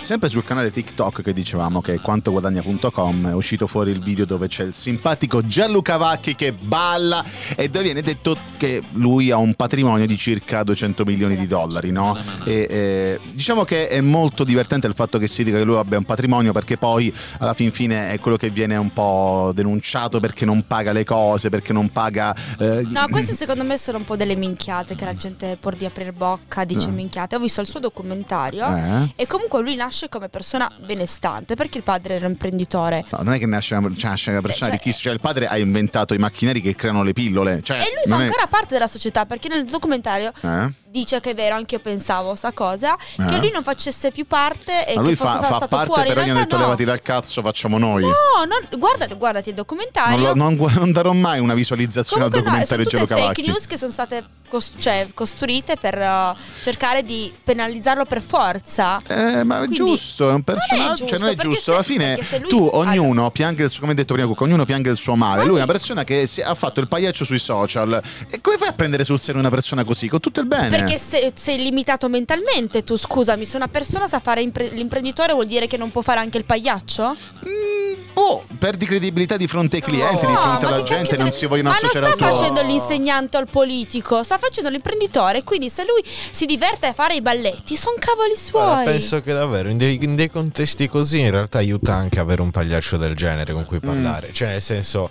[SPEAKER 2] Sempre sul canale TikTok che dicevamo che è quantoguadagna.com è uscito fuori il video dove c'è il simpatico Gianluca Vacchi che balla e dove viene detto che lui ha un patrimonio di circa 200 milioni di dollari, no? E, eh, diciamo che è molto divertente il fatto che si dica che lui abbia un patrimonio perché poi alla fin fine è quello che viene un po' denunciato perché non paga le cose, perché non paga... eh,
[SPEAKER 3] No, queste secondo me sono un po' delle minchiate che la gente pur di aprire bocca dice
[SPEAKER 2] Eh.
[SPEAKER 3] minchiate. Ho visto il suo documentario
[SPEAKER 2] eh?
[SPEAKER 3] e comunque lui nasce come persona benestante perché il padre era imprenditore.
[SPEAKER 2] No, non è che nasce una, cioè, nasce una persona
[SPEAKER 3] Beh,
[SPEAKER 2] di chi, cioè il padre ha inventato i macchinari che creano le pillole. Cioè,
[SPEAKER 3] eh. E lui fa
[SPEAKER 2] non è-
[SPEAKER 3] ancora parte della società perché nel documentario
[SPEAKER 2] Eh?
[SPEAKER 3] dice che è vero, anche io pensavo sta cosa,
[SPEAKER 2] Eh.
[SPEAKER 3] che lui non facesse più parte e
[SPEAKER 2] Ma
[SPEAKER 3] che
[SPEAKER 2] lui
[SPEAKER 3] fosse
[SPEAKER 2] fa, fa
[SPEAKER 3] stato
[SPEAKER 2] parte
[SPEAKER 3] fuori.
[SPEAKER 2] però
[SPEAKER 3] In
[SPEAKER 2] gli hanno
[SPEAKER 3] realtà
[SPEAKER 2] detto
[SPEAKER 3] no.
[SPEAKER 2] levati dal cazzo, facciamo noi.
[SPEAKER 3] No, no, guarda- guardati il documentario.
[SPEAKER 2] Non, lo- non gu- non darò mai una visualizzazione
[SPEAKER 3] Comunque
[SPEAKER 2] al
[SPEAKER 3] no, sono
[SPEAKER 2] documentario
[SPEAKER 3] tutte
[SPEAKER 2] Gianluca
[SPEAKER 3] fake
[SPEAKER 2] Vacchi.
[SPEAKER 3] news che sono state cos- cioè, costruite per eh, cercare di penalizzarlo per forza.
[SPEAKER 2] Eh, ma è
[SPEAKER 3] Quindi
[SPEAKER 2] giusto, è un personaggio,
[SPEAKER 3] giusto,
[SPEAKER 2] cioè non è
[SPEAKER 3] perché
[SPEAKER 2] giusto.
[SPEAKER 3] se-
[SPEAKER 2] Alla fine
[SPEAKER 3] perché se lui-
[SPEAKER 2] tu,
[SPEAKER 3] allora-
[SPEAKER 2] ognuno piange il suo, come hai detto prima, Cucca, ognuno piange il suo male.
[SPEAKER 3] Ma
[SPEAKER 2] Lui è
[SPEAKER 3] sì.
[SPEAKER 2] una persona che si- ha fatto il pagliaccio sui social. E come fai a prendere sul serio una persona così? Con tutto il bene.
[SPEAKER 3] Perché se- sei limitato mentalmente, tu scusami, se una persona sa fare impre- l'imprenditore vuol dire che non può fare anche il pagliaccio?
[SPEAKER 2] Mm, boh, perdi credibilità di fronte ai clienti, di
[SPEAKER 3] No,
[SPEAKER 2] fronte
[SPEAKER 3] ma
[SPEAKER 2] alla
[SPEAKER 3] che cacchio
[SPEAKER 2] gente,
[SPEAKER 3] te-
[SPEAKER 2] non si vogliono associare
[SPEAKER 3] Ma
[SPEAKER 2] al
[SPEAKER 3] non sta
[SPEAKER 2] tuo.
[SPEAKER 3] facendo l'insegnante o il politico, sta facendo l'imprenditore, quindi se lui si diverte a fare i balletti, sono cavoli
[SPEAKER 5] Guarda,
[SPEAKER 3] suoi.
[SPEAKER 5] penso che davvero in dei, in dei contesti così in realtà aiuta anche avere un pagliaccio del genere con
[SPEAKER 3] Mm.
[SPEAKER 5] cui parlare. Cioè, nel senso,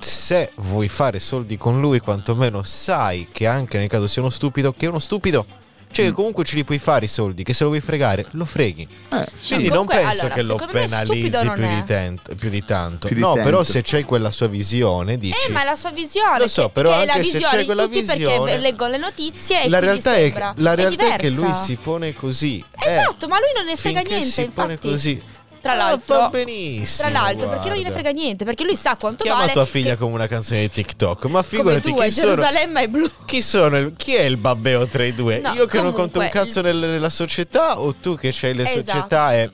[SPEAKER 5] se vuoi fare soldi con lui, quantomeno sai che anche nel caso sia uno stupido, che è uno stupido. Cioè,
[SPEAKER 3] Mm.
[SPEAKER 5] che comunque ce li puoi fare i soldi, che se lo vuoi fregare, lo freghi.
[SPEAKER 2] Eh, sì.
[SPEAKER 5] Quindi
[SPEAKER 3] comunque,
[SPEAKER 5] non penso
[SPEAKER 3] allora,
[SPEAKER 5] che lo
[SPEAKER 3] secondo me
[SPEAKER 5] penalizzi
[SPEAKER 3] stupido non
[SPEAKER 5] più
[SPEAKER 3] è.
[SPEAKER 5] di, tent- più di tanto.
[SPEAKER 2] Più di
[SPEAKER 5] no, però
[SPEAKER 2] tanto.
[SPEAKER 5] se c'è quella sua visione, dici.
[SPEAKER 3] Eh, ma è la sua visione.
[SPEAKER 5] Lo so,
[SPEAKER 3] che-
[SPEAKER 5] però
[SPEAKER 3] che è la
[SPEAKER 5] anche se
[SPEAKER 3] visione
[SPEAKER 5] c'è
[SPEAKER 3] di
[SPEAKER 5] quella
[SPEAKER 3] tutti
[SPEAKER 5] visione-
[SPEAKER 3] perché leggo le notizie e
[SPEAKER 5] la
[SPEAKER 3] quindi
[SPEAKER 5] realtà, è,
[SPEAKER 3] sembra-
[SPEAKER 5] la realtà è che
[SPEAKER 3] diversa.
[SPEAKER 5] lui si pone così. Eh,
[SPEAKER 3] Esatto, ma lui non ne frega
[SPEAKER 5] finché
[SPEAKER 3] niente,
[SPEAKER 5] si pone
[SPEAKER 3] infatti.
[SPEAKER 5] così.
[SPEAKER 3] Tra
[SPEAKER 5] Ah,
[SPEAKER 3] l'altro-
[SPEAKER 5] va benissimo.
[SPEAKER 3] Tra l'altro, perché non gliene
[SPEAKER 5] guarda.
[SPEAKER 3] frega niente, perché lui sa quanto
[SPEAKER 5] Chiama
[SPEAKER 3] vale
[SPEAKER 5] tua figlia
[SPEAKER 3] che-
[SPEAKER 5] come una canzone di TikTok. Ma
[SPEAKER 3] come
[SPEAKER 5] figurati
[SPEAKER 3] tu,
[SPEAKER 5] chi
[SPEAKER 3] è
[SPEAKER 5] sono.
[SPEAKER 3] Gerusalemme è blu.
[SPEAKER 5] Chi sono? il- Chi è il babbeo tra i due?
[SPEAKER 3] No,
[SPEAKER 5] Io che non conto
[SPEAKER 3] comunque,
[SPEAKER 5] un cazzo nel- nella società o tu che c'hai le
[SPEAKER 3] Esatto.
[SPEAKER 5] società e,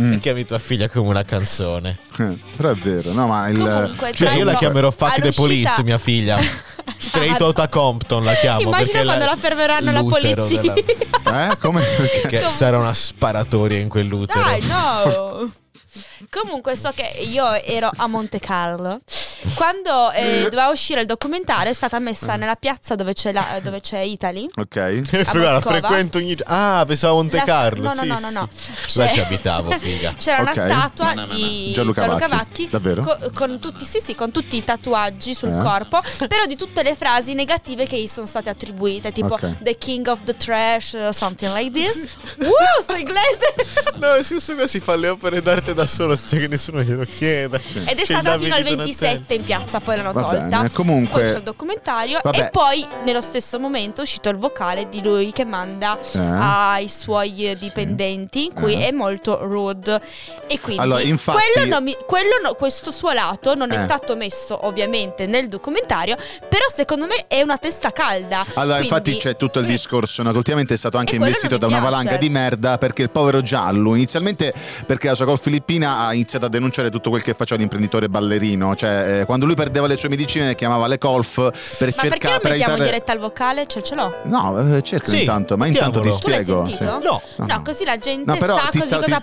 [SPEAKER 2] Mm.
[SPEAKER 5] e chiami tua figlia come una canzone?
[SPEAKER 2] Eh, Però è vero, no, ma il.
[SPEAKER 3] Comunque,
[SPEAKER 5] Cioè
[SPEAKER 3] tra
[SPEAKER 5] io la
[SPEAKER 3] un po'-
[SPEAKER 5] chiamerò Fuck the
[SPEAKER 3] all'uscita-
[SPEAKER 5] Police mia figlia. Straight Outta Compton la chiamo.
[SPEAKER 3] Immagina
[SPEAKER 5] perché
[SPEAKER 3] quando la fermeranno la
[SPEAKER 5] l'utero
[SPEAKER 3] polizia.
[SPEAKER 5] della-
[SPEAKER 2] Eh? Come?
[SPEAKER 5] Che sarà una sparatoria in quell'utero.
[SPEAKER 3] Dai, no. Comunque so che io ero a Monte Carlo. Quando eh, doveva uscire il documentario è stata messa nella piazza dove c'è, la- dove c'è Italy.
[SPEAKER 2] ok.
[SPEAKER 5] E Guarda,
[SPEAKER 3] Moscova?
[SPEAKER 5] frequento ogni Ah, pensavo a Monte
[SPEAKER 3] La-
[SPEAKER 5] Carlo.
[SPEAKER 3] no, no,
[SPEAKER 5] sì,
[SPEAKER 3] no, no, no.
[SPEAKER 5] sì.
[SPEAKER 3] C'è-
[SPEAKER 5] Là ci abitavo, figa.
[SPEAKER 3] C'era
[SPEAKER 2] Ok.
[SPEAKER 3] una statua di
[SPEAKER 2] Gianluca
[SPEAKER 3] Gianluca,
[SPEAKER 2] Vacchi.
[SPEAKER 3] Vacchi,
[SPEAKER 2] Davvero?
[SPEAKER 3] co- con, tutti, sì, sì, con tutti i tatuaggi sul
[SPEAKER 2] Eh.
[SPEAKER 3] corpo, però di tutte le frasi negative che gli sono state attribuite, tipo
[SPEAKER 2] Ok.
[SPEAKER 3] The King of the Trash, or something like this. wow, sto inglese!
[SPEAKER 5] No, questo qua si fa le opere d'arte da solo senza che nessuno glielo chieda.
[SPEAKER 3] Ed è stata fino al 27 in piazza, poi l'hanno
[SPEAKER 2] Cioè, Va
[SPEAKER 3] tolta.
[SPEAKER 2] bene, comunque-
[SPEAKER 3] Poi c'è il documentario.
[SPEAKER 2] Vabbè.
[SPEAKER 3] E poi, nello stesso momento, è uscito il vocale di lui che manda
[SPEAKER 2] Eh.
[SPEAKER 3] ai suoi eh, dipendenti, in cui
[SPEAKER 2] Eh.
[SPEAKER 3] è molto rude. E quindi,
[SPEAKER 2] Allora, infatti-
[SPEAKER 3] quello non mi- quello no- questo suo lato non
[SPEAKER 2] Eh.
[SPEAKER 3] è stato messo ovviamente nel documentario, però secondo me è una testa calda.
[SPEAKER 2] Allora,
[SPEAKER 3] Quindi-
[SPEAKER 2] infatti c'è tutto il discorso, no? che ultimamente è stato anche
[SPEAKER 3] E quello
[SPEAKER 2] investito da
[SPEAKER 3] non mi
[SPEAKER 2] una
[SPEAKER 3] piace.
[SPEAKER 2] valanga di merda perché il povero Giallo, inizialmente perché la sua col filippina ha iniziato a denunciare tutto quel che faceva l'imprenditore ballerino, cioè eh, quando lui perdeva le sue medicine chiamava le colf per
[SPEAKER 3] Ma perché
[SPEAKER 2] cercare
[SPEAKER 3] lo
[SPEAKER 2] per
[SPEAKER 3] mettiamo in
[SPEAKER 2] aiutare...
[SPEAKER 3] diretta al vocale? Cioè, ce l'ho.
[SPEAKER 2] No, eh, cercalo
[SPEAKER 5] Sì,
[SPEAKER 2] intanto, ma intanto ti
[SPEAKER 5] mettiamolo.
[SPEAKER 3] Tu l'hai
[SPEAKER 2] spiego.
[SPEAKER 3] sentito?
[SPEAKER 5] No.
[SPEAKER 2] No,
[SPEAKER 3] No,
[SPEAKER 2] no.
[SPEAKER 3] così la gente
[SPEAKER 2] No, però
[SPEAKER 3] sa
[SPEAKER 2] ti
[SPEAKER 3] così
[SPEAKER 2] sta-
[SPEAKER 3] cosa
[SPEAKER 2] ti- ti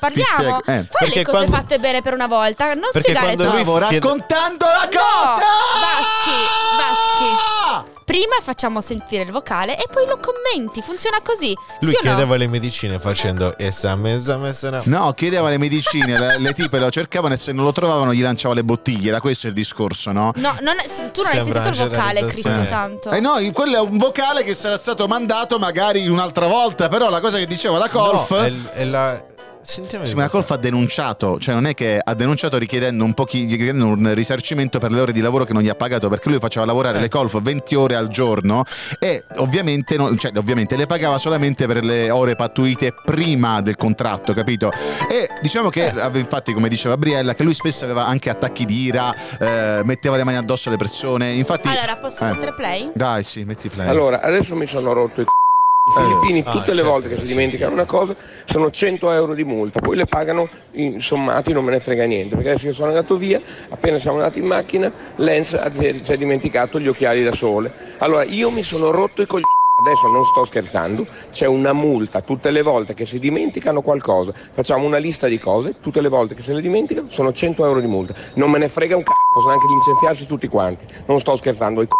[SPEAKER 2] spiego,
[SPEAKER 3] parliamo.
[SPEAKER 2] eh.
[SPEAKER 3] Fai
[SPEAKER 5] Perché
[SPEAKER 3] le cose
[SPEAKER 5] quando-
[SPEAKER 3] fatte bene per una volta, non
[SPEAKER 5] Perché
[SPEAKER 3] spiegare
[SPEAKER 5] quando
[SPEAKER 3] tutto.
[SPEAKER 5] lui
[SPEAKER 2] Stavo
[SPEAKER 5] chiede-
[SPEAKER 2] raccontando la cosa!
[SPEAKER 3] Vaschi, Vaschi. Prima facciamo sentire il vocale e poi lo commenti. Funziona così.
[SPEAKER 5] Lui
[SPEAKER 3] sì o no?
[SPEAKER 5] chiedeva le medicine facendo esame, esame, esame.
[SPEAKER 2] No, chiedeva le medicine, le, le tipe lo cercavano e se non lo trovavano gli lanciava le bottiglie, era questo il discorso, no?
[SPEAKER 3] No, non è- tu non hai
[SPEAKER 5] Sembra
[SPEAKER 3] sentito il vocale,
[SPEAKER 5] generalizzazione.
[SPEAKER 3] Cristo
[SPEAKER 5] Eh.
[SPEAKER 3] Santo.
[SPEAKER 2] Eh no, quello è un vocale che sarà stato mandato magari un'altra volta, però la cosa che diceva la Colf...
[SPEAKER 5] No, è, è la... Sentiamo
[SPEAKER 2] Sì, ma la Colf ha denunciato, cioè non è che ha denunciato richiedendo un, pochi, richiedendo un risarcimento per le ore di lavoro che non gli ha pagato perché lui faceva lavorare
[SPEAKER 5] Eh.
[SPEAKER 2] le Colf 20 ore al giorno e ovviamente, non- cioè, ovviamente le pagava solamente per le ore pattuite prima del contratto, capito? E diciamo che
[SPEAKER 5] Eh.
[SPEAKER 2] ave- infatti come diceva Briella che lui spesso aveva anche attacchi di ira, eh, metteva le mani addosso alle persone, infatti...
[SPEAKER 3] Allora, posso
[SPEAKER 2] Eh.
[SPEAKER 3] mettere play?
[SPEAKER 2] Dai sì, metti play.
[SPEAKER 6] Allora, adesso mi sono rotto i c***o. I
[SPEAKER 2] Eh.
[SPEAKER 6] filippini
[SPEAKER 5] Ah,
[SPEAKER 6] tutte le
[SPEAKER 5] certo
[SPEAKER 6] volte che
[SPEAKER 5] che
[SPEAKER 6] si
[SPEAKER 5] sì,
[SPEAKER 6] dimenticano una
[SPEAKER 5] certo.
[SPEAKER 6] cosa sono 100 euro di multa, poi le pagano in sommati, non me ne frega niente, perché adesso che sono andato via, appena siamo andati in macchina, Lenz ha- si è dimenticato gli occhiali da sole. Allora, io mi sono rotto i coglioni. Adesso non sto scherzando, c'è una multa tutte le volte che si dimenticano qualcosa. Facciamo una lista di cose, tutte le volte che se le dimenticano sono 100 euro di multa. Non me ne frega un c***o, possono anche licenziarsi tutti quanti. Non sto scherzando, i c***o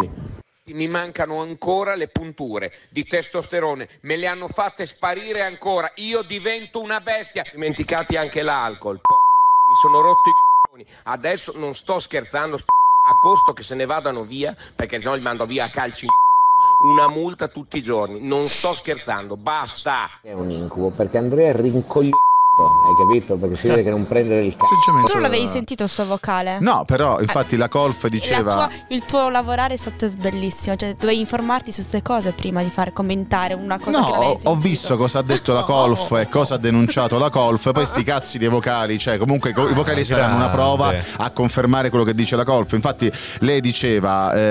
[SPEAKER 6] pieni.
[SPEAKER 7] Mi mancano ancora le punture di testosterone, me le hanno fatte sparire ancora, io divento una bestia.
[SPEAKER 6] dimenticati anche l'alcol. p- Mi sono rotto i c***oni. Adesso non sto scherzando, st- a costo che se ne vadano via, perché no li mando via a calci in c***o, una multa tutti i giorni. Non sto scherzando, basta.
[SPEAKER 8] È un incubo perché Andrea è rincoglionito, hai capito? Perché si vede che non prende il cazzo.
[SPEAKER 2] Atteggiamento
[SPEAKER 3] Tu non
[SPEAKER 2] da-
[SPEAKER 3] l'avevi sentito sto vocale?
[SPEAKER 2] No, però infatti la Colf
[SPEAKER 3] La
[SPEAKER 2] diceva...
[SPEAKER 3] tua- il tuo lavorare è stato bellissimo, cioè dovevi informarti su queste cose prima di far commentare una cosa
[SPEAKER 2] No,
[SPEAKER 3] che non avevi
[SPEAKER 2] ho, ho
[SPEAKER 3] sentito.
[SPEAKER 2] visto cosa ha detto la Colf e cosa ha denunciato la Colf. Poi sti cazzi dei vocali, cioè comunque i co- i vocali
[SPEAKER 5] Ah,
[SPEAKER 2] saranno una
[SPEAKER 5] grande.
[SPEAKER 2] prova a confermare quello che dice la Colf. Infatti lei diceva, eh,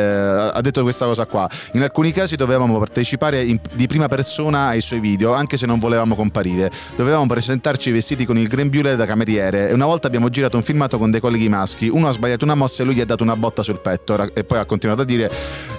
[SPEAKER 2] ha detto questa cosa qua. In alcuni casi dovevamo partecipare in- di prima persona ai suoi video, anche se non volevamo comparire. Dovevamo presentarci vestiti con il grembiule da cameriere e una volta abbiamo girato un filmato con dei colleghi maschi. Uno ha sbagliato una mossa e lui gli ha dato una botta sul petto Ra- e poi ha continuato a dire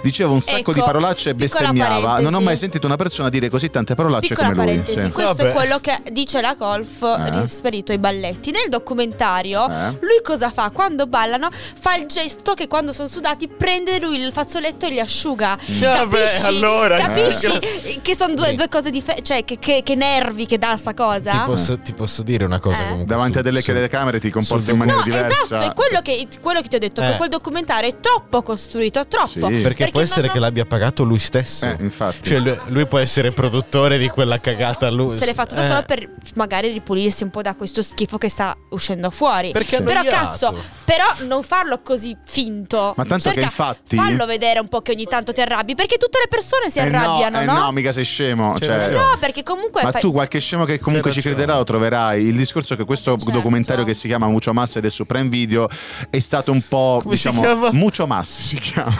[SPEAKER 2] diceva un sacco
[SPEAKER 3] Ecco,
[SPEAKER 2] di parolacce e
[SPEAKER 3] piccola
[SPEAKER 2] bestemmiava. Non ho
[SPEAKER 3] parentesi.
[SPEAKER 2] mai sentito una persona dire così tante parolacce
[SPEAKER 3] Piccola
[SPEAKER 2] Ah, come lui.
[SPEAKER 3] parentesi,
[SPEAKER 2] sì.
[SPEAKER 3] questo è
[SPEAKER 5] Vabbè.
[SPEAKER 3] quello che dice la Golf
[SPEAKER 2] Eh.
[SPEAKER 3] riferito ai balletti. Nel documentario
[SPEAKER 2] Eh?
[SPEAKER 3] oh. lui cosa fa? Quando ballano fa il gesto che quando sono sudati prende lui il fazzoletto e li asciuga.
[SPEAKER 2] Eh,
[SPEAKER 5] Mm. Vabbè,
[SPEAKER 3] capisci
[SPEAKER 5] allora...
[SPEAKER 3] capisci
[SPEAKER 5] sì.
[SPEAKER 3] che sono due, due cose differenti, cioè che, che- che nervi che dà sta cosa.
[SPEAKER 5] Ti posso, ti posso dire una cosa
[SPEAKER 3] Eh?
[SPEAKER 5] comunque
[SPEAKER 2] Davanti
[SPEAKER 5] su-
[SPEAKER 2] a delle
[SPEAKER 5] su-
[SPEAKER 2] telecamere ti comporti
[SPEAKER 5] sul
[SPEAKER 2] in maniera
[SPEAKER 3] No,
[SPEAKER 2] diversa.
[SPEAKER 3] esatto, è quello che, quello che ti ho detto, che
[SPEAKER 5] Eh.
[SPEAKER 3] quel documentario è troppo costruito, troppo.
[SPEAKER 2] Sì.
[SPEAKER 5] Perché,
[SPEAKER 3] Perché
[SPEAKER 5] può essere
[SPEAKER 3] vanno-
[SPEAKER 5] che l'abbia pagato lui stesso.
[SPEAKER 2] Eh, infatti.
[SPEAKER 5] Cioè, lui, lui può essere produttore di quella cagata lui.
[SPEAKER 3] Se l'è fatto da
[SPEAKER 5] Eh,
[SPEAKER 3] solo per magari ripulirsi un po' da questo schifo che sta uscendo fuori.
[SPEAKER 5] Perché
[SPEAKER 3] Però
[SPEAKER 5] annoiato.
[SPEAKER 3] cazzo, però non farlo così finto.
[SPEAKER 2] Ma tanto
[SPEAKER 3] Cerca-
[SPEAKER 2] che infatti-
[SPEAKER 3] Fallo vedere un po' che ogni tanto ti arrabbi, perché tutte le persone si
[SPEAKER 2] Eh no,
[SPEAKER 3] arrabbiano,
[SPEAKER 2] eh
[SPEAKER 3] no?
[SPEAKER 2] no, mica sei scemo.
[SPEAKER 5] C'è
[SPEAKER 2] cioè-
[SPEAKER 5] ragione.
[SPEAKER 3] No, perché comunque
[SPEAKER 2] Ma
[SPEAKER 3] fai-
[SPEAKER 2] tu qualche scemo che comunque
[SPEAKER 5] C'è
[SPEAKER 2] ci
[SPEAKER 5] ragione.
[SPEAKER 2] crederà lo troverai. Il discorso è che questo
[SPEAKER 3] Certo.
[SPEAKER 2] documentario che si chiama Mucho Mass ed è su Prime Video è stato un po'
[SPEAKER 5] Come si
[SPEAKER 2] diciamo
[SPEAKER 5] chiama?
[SPEAKER 2] Mucho Mass si chiama.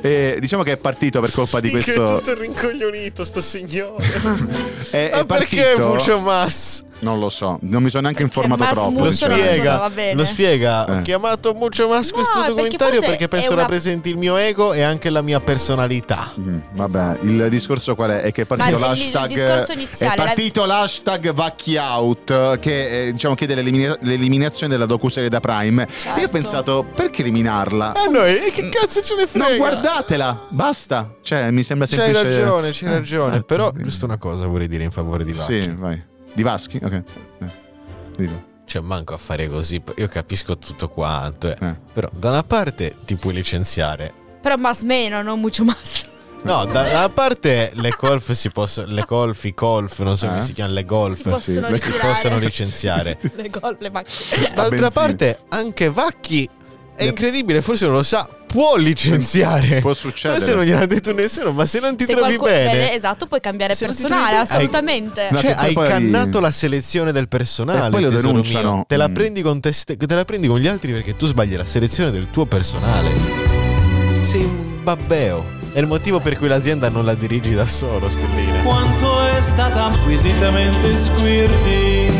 [SPEAKER 2] E diciamo che è partito per colpa di
[SPEAKER 5] Che è
[SPEAKER 2] questo
[SPEAKER 5] tutto rincoglionito sto signore.
[SPEAKER 2] è, è
[SPEAKER 5] Ma perché
[SPEAKER 2] partito-
[SPEAKER 5] Mucho Mass?
[SPEAKER 2] Non lo so, non mi sono neanche
[SPEAKER 3] Perché
[SPEAKER 2] informato
[SPEAKER 3] Mass
[SPEAKER 2] troppo.
[SPEAKER 5] Lo
[SPEAKER 3] Mucho non
[SPEAKER 2] sinceramente.
[SPEAKER 3] sono, va
[SPEAKER 5] spiega,
[SPEAKER 3] bene.
[SPEAKER 5] lo spiega.
[SPEAKER 2] Eh.
[SPEAKER 5] Ho chiamato Mucho Mass
[SPEAKER 3] No,
[SPEAKER 5] questo
[SPEAKER 3] perché
[SPEAKER 5] documentario
[SPEAKER 3] forse
[SPEAKER 5] perché
[SPEAKER 3] è
[SPEAKER 5] penso
[SPEAKER 3] una-
[SPEAKER 5] rappresenti il mio ego e anche la mia personalità.
[SPEAKER 2] Mm, Vabbè, il discorso qual è? È che è partito
[SPEAKER 3] il- il
[SPEAKER 2] l'hashtag.
[SPEAKER 3] discorso iniziale,
[SPEAKER 2] è partito l'hashtag Vacchi Out, che eh, diciamo chiede l'elimina- l'eliminazione della docuserie da Prime. E io ho
[SPEAKER 3] Certo.
[SPEAKER 2] pensato, perché eliminarla?
[SPEAKER 5] E noi, e
[SPEAKER 2] Mm,
[SPEAKER 5] che cazzo ce ne frega?
[SPEAKER 2] No, guardatela, basta. Cioè, mi sembra
[SPEAKER 5] C'hai
[SPEAKER 2] semplice.
[SPEAKER 5] ragione, c'hai
[SPEAKER 2] Eh,
[SPEAKER 5] ragione.
[SPEAKER 2] infatti,
[SPEAKER 5] Però,
[SPEAKER 2] quindi-
[SPEAKER 5] giusto una cosa vorrei dire in favore di Vacchi.
[SPEAKER 2] Sì, vai. Di Vaschi? Ok. Eh, dillo.
[SPEAKER 5] Cioè, manco a fare così. Io capisco tutto quanto. eh.
[SPEAKER 2] Eh.
[SPEAKER 5] Però, da una parte ti puoi licenziare.
[SPEAKER 3] Però mas meno, non mucho mas.
[SPEAKER 5] No, da da una parte le golf si possono. Le golf, i golf, non so
[SPEAKER 2] Eh?
[SPEAKER 5] come si chiamano, le golf.
[SPEAKER 3] Si possono
[SPEAKER 5] si
[SPEAKER 3] ritirare.
[SPEAKER 5] possono licenziare.
[SPEAKER 3] le gol, le macchine.
[SPEAKER 5] D'altra
[SPEAKER 2] benzina.
[SPEAKER 5] parte, anche Vacchi è incredibile, forse non lo sa, può licenziare.
[SPEAKER 2] Può
[SPEAKER 5] Forse non
[SPEAKER 2] succedere.
[SPEAKER 5] gliel'ha detto nessuno, ma se non ti
[SPEAKER 3] Se
[SPEAKER 5] trovi
[SPEAKER 3] qualcuno-
[SPEAKER 5] bene.
[SPEAKER 3] beh, esatto, puoi cambiare
[SPEAKER 5] se non ti
[SPEAKER 3] personale,
[SPEAKER 5] trovi bene-
[SPEAKER 3] assolutamente.
[SPEAKER 2] No,
[SPEAKER 5] Cioè,
[SPEAKER 2] che poi
[SPEAKER 5] hai
[SPEAKER 2] poi-
[SPEAKER 5] cannato la selezione del personale.
[SPEAKER 2] E poi lo
[SPEAKER 5] tesoro
[SPEAKER 2] denunciano.
[SPEAKER 5] mio. Te la
[SPEAKER 2] Mm.
[SPEAKER 5] prendi con te, ste- te la prendi con gli altri perché tu sbagli la selezione del tuo personale. Sei un babbeo. È il motivo per cui l'azienda non la dirigi da solo, Stellina.
[SPEAKER 9] quanto è stata squisitamente squirting.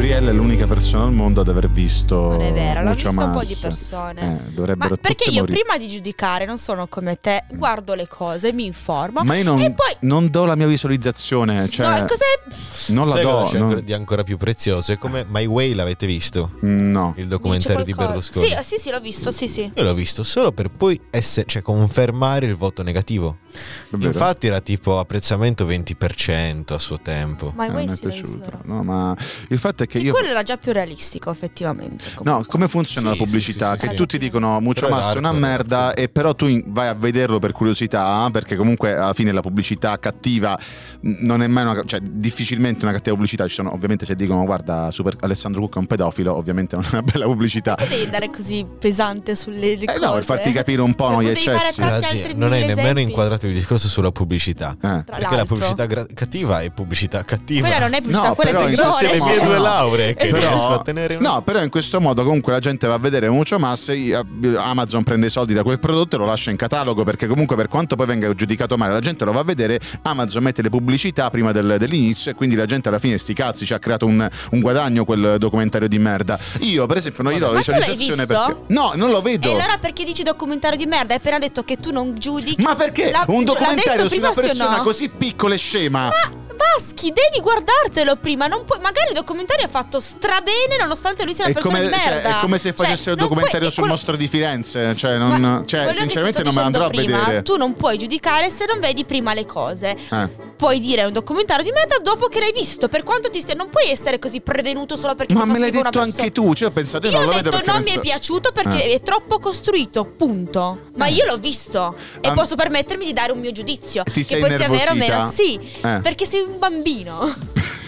[SPEAKER 2] Briella Gabriella è l'unica persona al mondo ad aver visto
[SPEAKER 3] Non è vero, l'hanno
[SPEAKER 2] Lucio
[SPEAKER 3] visto un po'
[SPEAKER 2] Massa.
[SPEAKER 3] di persone.
[SPEAKER 2] Eh, dovrebbero
[SPEAKER 3] Ma perché
[SPEAKER 2] tutte
[SPEAKER 3] io
[SPEAKER 2] morire.
[SPEAKER 3] prima di giudicare non sono come te, guardo le cose, mi informo.
[SPEAKER 2] Ma io non,
[SPEAKER 3] E poi...
[SPEAKER 2] non do la mia visualizzazione,
[SPEAKER 3] no,
[SPEAKER 2] cioè,
[SPEAKER 3] cos'è?
[SPEAKER 2] non la
[SPEAKER 5] Sai Cioè, cosa
[SPEAKER 2] do.
[SPEAKER 5] c'è
[SPEAKER 2] non-
[SPEAKER 5] ancora- di ancora più prezioso? È come My Way l'avete visto?
[SPEAKER 2] No.
[SPEAKER 5] Il documentario di
[SPEAKER 3] Dice qualcosa.
[SPEAKER 5] Berlusconi.
[SPEAKER 3] Sì, sì, sì, l'ho visto, sì, sì.
[SPEAKER 5] Io l'ho visto solo per poi essere, cioè, confermare il voto negativo.
[SPEAKER 2] è vero.
[SPEAKER 5] Infatti era tipo apprezzamento 20% a suo tempo.
[SPEAKER 3] Ma
[SPEAKER 2] Eh,
[SPEAKER 3] Way
[SPEAKER 2] mi è
[SPEAKER 3] Silence,
[SPEAKER 2] piaciuto.
[SPEAKER 3] vero?
[SPEAKER 2] No, ma il fatto è che
[SPEAKER 3] E
[SPEAKER 2] io.
[SPEAKER 3] quello era già più realistico, effettivamente.
[SPEAKER 2] No,
[SPEAKER 3] comunque.
[SPEAKER 2] come funziona
[SPEAKER 5] Sì,
[SPEAKER 2] la pubblicità?
[SPEAKER 5] sì, sì,
[SPEAKER 2] che
[SPEAKER 5] sì.
[SPEAKER 2] tutti dicono Muccio
[SPEAKER 5] Però è
[SPEAKER 2] Massa è una
[SPEAKER 5] l'arte,
[SPEAKER 2] merda,
[SPEAKER 5] sì.
[SPEAKER 2] e però tu in- vai a vederlo per curiosità, perché comunque alla fine la pubblicità cattiva mh, non è mai una. cioè difficilmente una cattiva pubblicità. Ci sono, ovviamente, se dicono guarda, super- Alessandro Cucca è un pedofilo, ovviamente non è una bella pubblicità.
[SPEAKER 3] Perché devi andare così pesante sulle le
[SPEAKER 2] Eh
[SPEAKER 3] cose?
[SPEAKER 2] no, per farti capire un po',
[SPEAKER 3] Cioè,
[SPEAKER 2] no, gli
[SPEAKER 3] potevi fare
[SPEAKER 2] eccessi.
[SPEAKER 3] tanti
[SPEAKER 5] Ragazzi,
[SPEAKER 3] altri
[SPEAKER 5] non
[SPEAKER 3] mille
[SPEAKER 5] hai nemmeno
[SPEAKER 3] esempi.
[SPEAKER 5] inquadrato il discorso sulla pubblicità.
[SPEAKER 2] Eh.
[SPEAKER 3] Tra
[SPEAKER 5] Perché la
[SPEAKER 3] l'altro.
[SPEAKER 5] pubblicità gra- cattiva è pubblicità cattiva. Esatto.
[SPEAKER 3] Quella non è pubblicità,
[SPEAKER 2] No,
[SPEAKER 3] quella
[SPEAKER 2] però
[SPEAKER 3] è
[SPEAKER 2] in
[SPEAKER 3] peggiore.
[SPEAKER 2] questo
[SPEAKER 5] Sono le mie
[SPEAKER 2] No,
[SPEAKER 5] due
[SPEAKER 2] no.
[SPEAKER 5] lauree che
[SPEAKER 2] Però-
[SPEAKER 5] riesco a tenere in
[SPEAKER 2] No, però in questo modo comunque la gente va a vedere Mucho Mass, i- Amazon prende i soldi da quel prodotto e lo lascia in catalogo perché comunque per quanto poi venga giudicato male la gente lo va a vedere, Amazon mette le pubblicità prima del- dell'inizio e quindi la gente alla fine sti cazzi ci ha creato un, un guadagno quel documentario di merda. Io per esempio non gli do la
[SPEAKER 3] Ma tu l'hai
[SPEAKER 2] visualizzazione
[SPEAKER 3] visto?
[SPEAKER 2] perché... No, non lo
[SPEAKER 3] E
[SPEAKER 2] vedo.
[SPEAKER 3] allora perché dici documentario di merda? Hai appena detto che tu non giudichi.
[SPEAKER 2] Ma perché
[SPEAKER 3] La-
[SPEAKER 2] un
[SPEAKER 3] l'ha
[SPEAKER 2] documentario
[SPEAKER 3] detto
[SPEAKER 2] su una
[SPEAKER 3] prima, sì o
[SPEAKER 2] persona
[SPEAKER 3] no?
[SPEAKER 2] così piccola e scema?
[SPEAKER 3] Ma Vaschi, devi guardartelo prima. Non puoi, magari il documentario è fatto strabene nonostante lui sia
[SPEAKER 2] È
[SPEAKER 3] una persona
[SPEAKER 2] come,
[SPEAKER 3] di
[SPEAKER 2] cioè,
[SPEAKER 3] merda.
[SPEAKER 2] è come se
[SPEAKER 3] Cioè,
[SPEAKER 2] facessero il
[SPEAKER 3] non puoi-
[SPEAKER 2] documentario
[SPEAKER 3] è
[SPEAKER 2] sul
[SPEAKER 3] quello-
[SPEAKER 2] mostro di Firenze. Cioè, non-
[SPEAKER 3] Ma
[SPEAKER 2] cioè,
[SPEAKER 3] quello che ti
[SPEAKER 2] sinceramente
[SPEAKER 3] sto
[SPEAKER 2] non me
[SPEAKER 3] dicendo
[SPEAKER 2] andrò
[SPEAKER 3] prima,
[SPEAKER 2] a vedere.
[SPEAKER 3] Tu non puoi giudicare se non vedi prima le cose.
[SPEAKER 2] Eh.
[SPEAKER 3] Puoi dire un documentario di merda dopo che l'hai visto. Per quanto ti stia. Non puoi essere così prevenuto solo perché
[SPEAKER 2] Ma
[SPEAKER 3] ti fa
[SPEAKER 2] me l'hai
[SPEAKER 3] schifo una
[SPEAKER 2] detto
[SPEAKER 3] persona.
[SPEAKER 2] anche tu, cioè ho pensato io,
[SPEAKER 3] Io
[SPEAKER 2] non
[SPEAKER 3] ho
[SPEAKER 2] lo vedo
[SPEAKER 3] detto
[SPEAKER 2] perché
[SPEAKER 3] non mi
[SPEAKER 2] penso-
[SPEAKER 3] è piaciuto perché
[SPEAKER 2] Eh.
[SPEAKER 3] è troppo costruito, punto. Ma io l'ho visto e
[SPEAKER 2] Ah.
[SPEAKER 3] posso permettermi di dare un mio giudizio.
[SPEAKER 2] Ti
[SPEAKER 3] che
[SPEAKER 2] sei
[SPEAKER 3] poi sia vero o meno.
[SPEAKER 2] innervosita?
[SPEAKER 3] Sì,
[SPEAKER 2] Eh.
[SPEAKER 3] perché sei un bambino.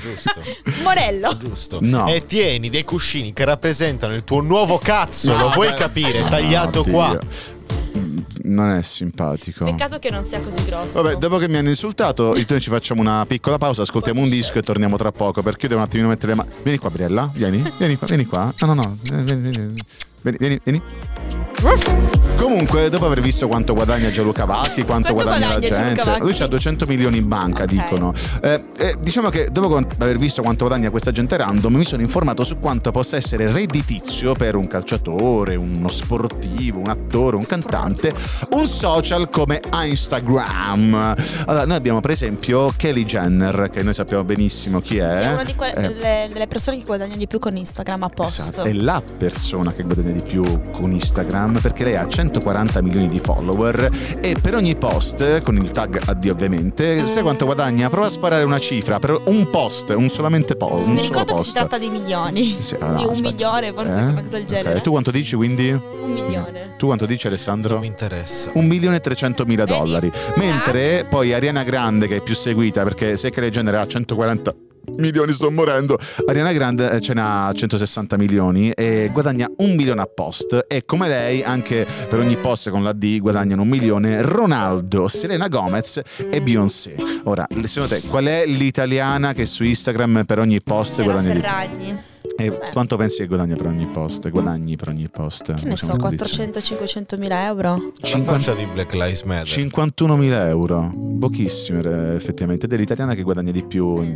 [SPEAKER 5] giusto.
[SPEAKER 3] Morello.
[SPEAKER 5] Giusto.
[SPEAKER 2] No.
[SPEAKER 5] E tieni dei cuscini che rappresentano il tuo nuovo cazzo, lo
[SPEAKER 2] No,
[SPEAKER 5] vuoi
[SPEAKER 2] dai.
[SPEAKER 5] capire?
[SPEAKER 2] No,
[SPEAKER 5] Tagliato
[SPEAKER 2] oddio.
[SPEAKER 5] qua.
[SPEAKER 2] Mm, Non è simpatico.
[SPEAKER 3] Peccato che non sia così grosso.
[SPEAKER 2] Vabbè, dopo che mi hanno insultato, io- noi ci facciamo una piccola pausa, ascoltiamo un disco e torniamo tra poco perché io devo un attimino mettere le mani. Vieni qua, Briella, vieni, vieni qua, vieni qua. No, no, no, eh, vieni, vieni. Vieni, vieni, vieni. Comunque, dopo aver visto quanto guadagna Gianluca Vacchi, quanto,
[SPEAKER 3] Quanto
[SPEAKER 2] guadagna,
[SPEAKER 3] guadagna
[SPEAKER 2] la
[SPEAKER 3] Gianluca
[SPEAKER 2] gente,
[SPEAKER 3] Vacchi?
[SPEAKER 2] lui c'ha 200 milioni in banca,
[SPEAKER 3] Ok.
[SPEAKER 2] dicono. Eh, eh, diciamo che dopo con- aver visto quanto guadagna questa gente random, mi sono informato su quanto possa essere redditizio per un calciatore, uno sportivo, un attore, un cantante, un social come Instagram. Allora, noi abbiamo per esempio Kelly Jenner, che noi sappiamo benissimo chi è.
[SPEAKER 3] È una di quelle-
[SPEAKER 2] Eh,
[SPEAKER 3] delle, delle persone che guadagna di più con Instagram a posto.
[SPEAKER 2] Esatto, è la persona che guadagna di più con Instagram perché lei ha 140 milioni di follower e per ogni post, con il tag AD ovviamente, sai
[SPEAKER 3] Ah.
[SPEAKER 2] quanto guadagna? Prova a sparare una cifra per un post, un solamente post, un solo
[SPEAKER 3] Mi ricordo che si
[SPEAKER 2] post.
[SPEAKER 3] tratta di milioni.
[SPEAKER 2] Sì, ah, no,
[SPEAKER 3] di un
[SPEAKER 2] aspetta.
[SPEAKER 3] milione, forse
[SPEAKER 2] Eh?
[SPEAKER 3] qualcosa del
[SPEAKER 2] Ok,
[SPEAKER 3] genere.
[SPEAKER 2] Tu quanto dici quindi?
[SPEAKER 3] Un milione.
[SPEAKER 2] Tu quanto dici Alessandro?
[SPEAKER 5] Non mi interessa.
[SPEAKER 2] 1.300.000
[SPEAKER 3] Vedi?
[SPEAKER 2] dollari. Mentre poi Ariana Grande, che è più seguita, perché se che le genera 140 milioni, sto morendo. Ariana Grande eh, ce n'ha 160 milioni e guadagna un milione a post. E come lei, anche per ogni post con la D guadagnano un milione Ronaldo, Selena Gomez e Beyoncé. Ora, secondo te, qual è l'italiana che su Instagram per ogni post
[SPEAKER 3] Era
[SPEAKER 2] guadagna di più?
[SPEAKER 3] Ferragni.
[SPEAKER 2] E quanto pensi che guadagna per ogni post? Guadagni per ogni post?
[SPEAKER 3] Che ne so,
[SPEAKER 2] Facciamo un giudizio.
[SPEAKER 3] 400-500 mila euro?
[SPEAKER 5] La
[SPEAKER 2] 50
[SPEAKER 5] faccia di Black Lives Matter.
[SPEAKER 2] 51.000 euro, pochissime eh, effettivamente, dell'italiana che guadagna di più. in-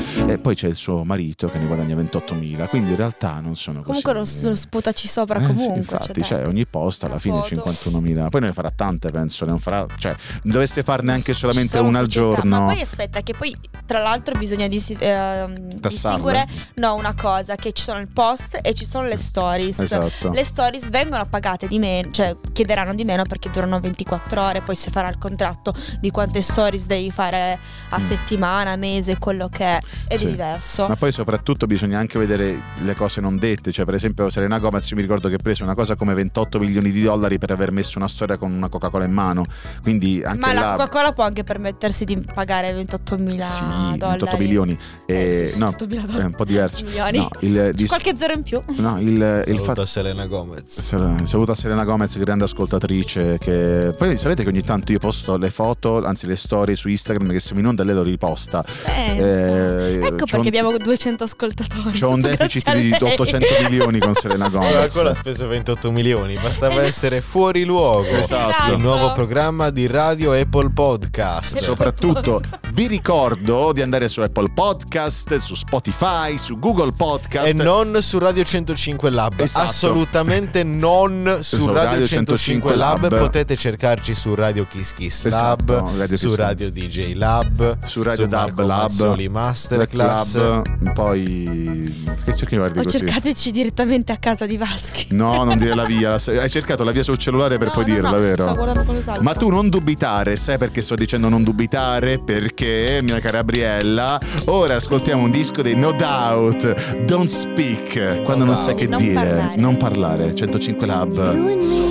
[SPEAKER 3] Penso.
[SPEAKER 2] E poi c'è il suo marito che ne guadagna 28.000, quindi in realtà non sono così.
[SPEAKER 3] Comunque lo, lo sputaci sopra
[SPEAKER 2] Eh, sì,
[SPEAKER 3] comunque.
[SPEAKER 2] infatti,
[SPEAKER 3] dai.
[SPEAKER 2] cioè, ogni post alla
[SPEAKER 3] Una
[SPEAKER 2] fine
[SPEAKER 3] foto.
[SPEAKER 2] 51.000. Poi ne farà tante, penso. Ne farà, cioè, ne dovesse farne anche
[SPEAKER 3] Ci
[SPEAKER 2] solamente
[SPEAKER 3] sono
[SPEAKER 2] una al
[SPEAKER 3] società, Ma
[SPEAKER 2] giorno.
[SPEAKER 3] poi aspetta, che poi tra l'altro bisogna dis- ehm, distinguere
[SPEAKER 2] eh.
[SPEAKER 3] no, una cosa: che ci sono il post e ci sono le stories.
[SPEAKER 2] Esatto.
[SPEAKER 3] Le stories vengono pagate di meno, cioè chiederanno di meno perché durano 24 ore, poi si farà il contratto di quante stories devi fare a
[SPEAKER 2] Mm.
[SPEAKER 3] settimana, mese, quello che è. Ed
[SPEAKER 2] Sì.
[SPEAKER 3] è diverso.
[SPEAKER 2] Ma poi soprattutto bisogna anche vedere le cose non dette, cioè per esempio Serena Gomez io mi ricordo che prese una cosa come 28 milioni di dollari per aver messo una storia con una Coca-Cola in mano, quindi anche
[SPEAKER 3] Ma
[SPEAKER 2] là...
[SPEAKER 3] la Coca-Cola può anche permettersi di pagare 28 mila
[SPEAKER 2] Sì,
[SPEAKER 3] dollari.
[SPEAKER 2] 28 milioni.
[SPEAKER 3] Eh,
[SPEAKER 2] Eh,
[SPEAKER 3] sì,
[SPEAKER 2] no,
[SPEAKER 3] 28.000
[SPEAKER 2] è un po' diverso.
[SPEAKER 3] Milioni.
[SPEAKER 2] No, Eh, il, dis-
[SPEAKER 3] Qualche zero in più.
[SPEAKER 2] no, il, il
[SPEAKER 5] Saluto
[SPEAKER 2] fatto...
[SPEAKER 5] a Selena Gomez.
[SPEAKER 2] Sal- Saluto a Selena Gomez, grande ascoltatrice. Che poi sapete che ogni tanto io posto le foto, anzi le storie su Instagram che siamo in onda, e lei lo riposta.
[SPEAKER 3] Pensa.
[SPEAKER 2] Eh, c'ho
[SPEAKER 3] ecco perché
[SPEAKER 2] un-
[SPEAKER 3] abbiamo 200 ascoltatori.
[SPEAKER 2] C'ho un
[SPEAKER 3] tutto
[SPEAKER 2] deficit
[SPEAKER 3] grazie a
[SPEAKER 2] di
[SPEAKER 3] lei.
[SPEAKER 2] 800 milioni con Selena
[SPEAKER 5] Allora,
[SPEAKER 2] Gomez.
[SPEAKER 5] quello ha speso 28 milioni, bastava essere fuori luogo.
[SPEAKER 2] Esatto.
[SPEAKER 5] Il nuovo programma di radio Apple Podcast.
[SPEAKER 3] Sì.
[SPEAKER 2] Soprattutto vi ricordo di andare su Apple Podcast, su Spotify, su Google podcast.
[SPEAKER 5] E non su Radio 105 Lab.
[SPEAKER 2] Esatto.
[SPEAKER 5] Assolutamente non su
[SPEAKER 2] Su
[SPEAKER 5] Radio
[SPEAKER 2] Radio
[SPEAKER 5] 105 Lab.
[SPEAKER 2] Lab.
[SPEAKER 5] Potete cercarci su Radio Kiss Kiss Lab,
[SPEAKER 2] Esatto, Radio
[SPEAKER 5] su
[SPEAKER 2] Kiss-
[SPEAKER 5] Radio DJ Lab,
[SPEAKER 2] su Radio Dab
[SPEAKER 5] Marco
[SPEAKER 2] Lab,
[SPEAKER 5] Mazzoli Masterclass.
[SPEAKER 2] Lab, poi che cerchi di guardi
[SPEAKER 3] O
[SPEAKER 2] così?
[SPEAKER 3] cercateci direttamente a casa di Vaschi.
[SPEAKER 2] No, non dire la via. Hai cercato la via sul cellulare per
[SPEAKER 3] No,
[SPEAKER 2] poi
[SPEAKER 3] no,
[SPEAKER 2] dirla,
[SPEAKER 3] no,
[SPEAKER 2] vero?
[SPEAKER 3] stavo guardando quello salto.
[SPEAKER 2] Ma tu non dubitare, sai perché sto dicendo non dubitare? Perché, mia cara Briella, ora ascoltiamo un disco dei No Doubt, Don't Speak, quando non
[SPEAKER 5] Doubt.
[SPEAKER 2] sai che
[SPEAKER 3] Non
[SPEAKER 2] dire,
[SPEAKER 3] parlare.
[SPEAKER 2] non parlare, 105 Lab.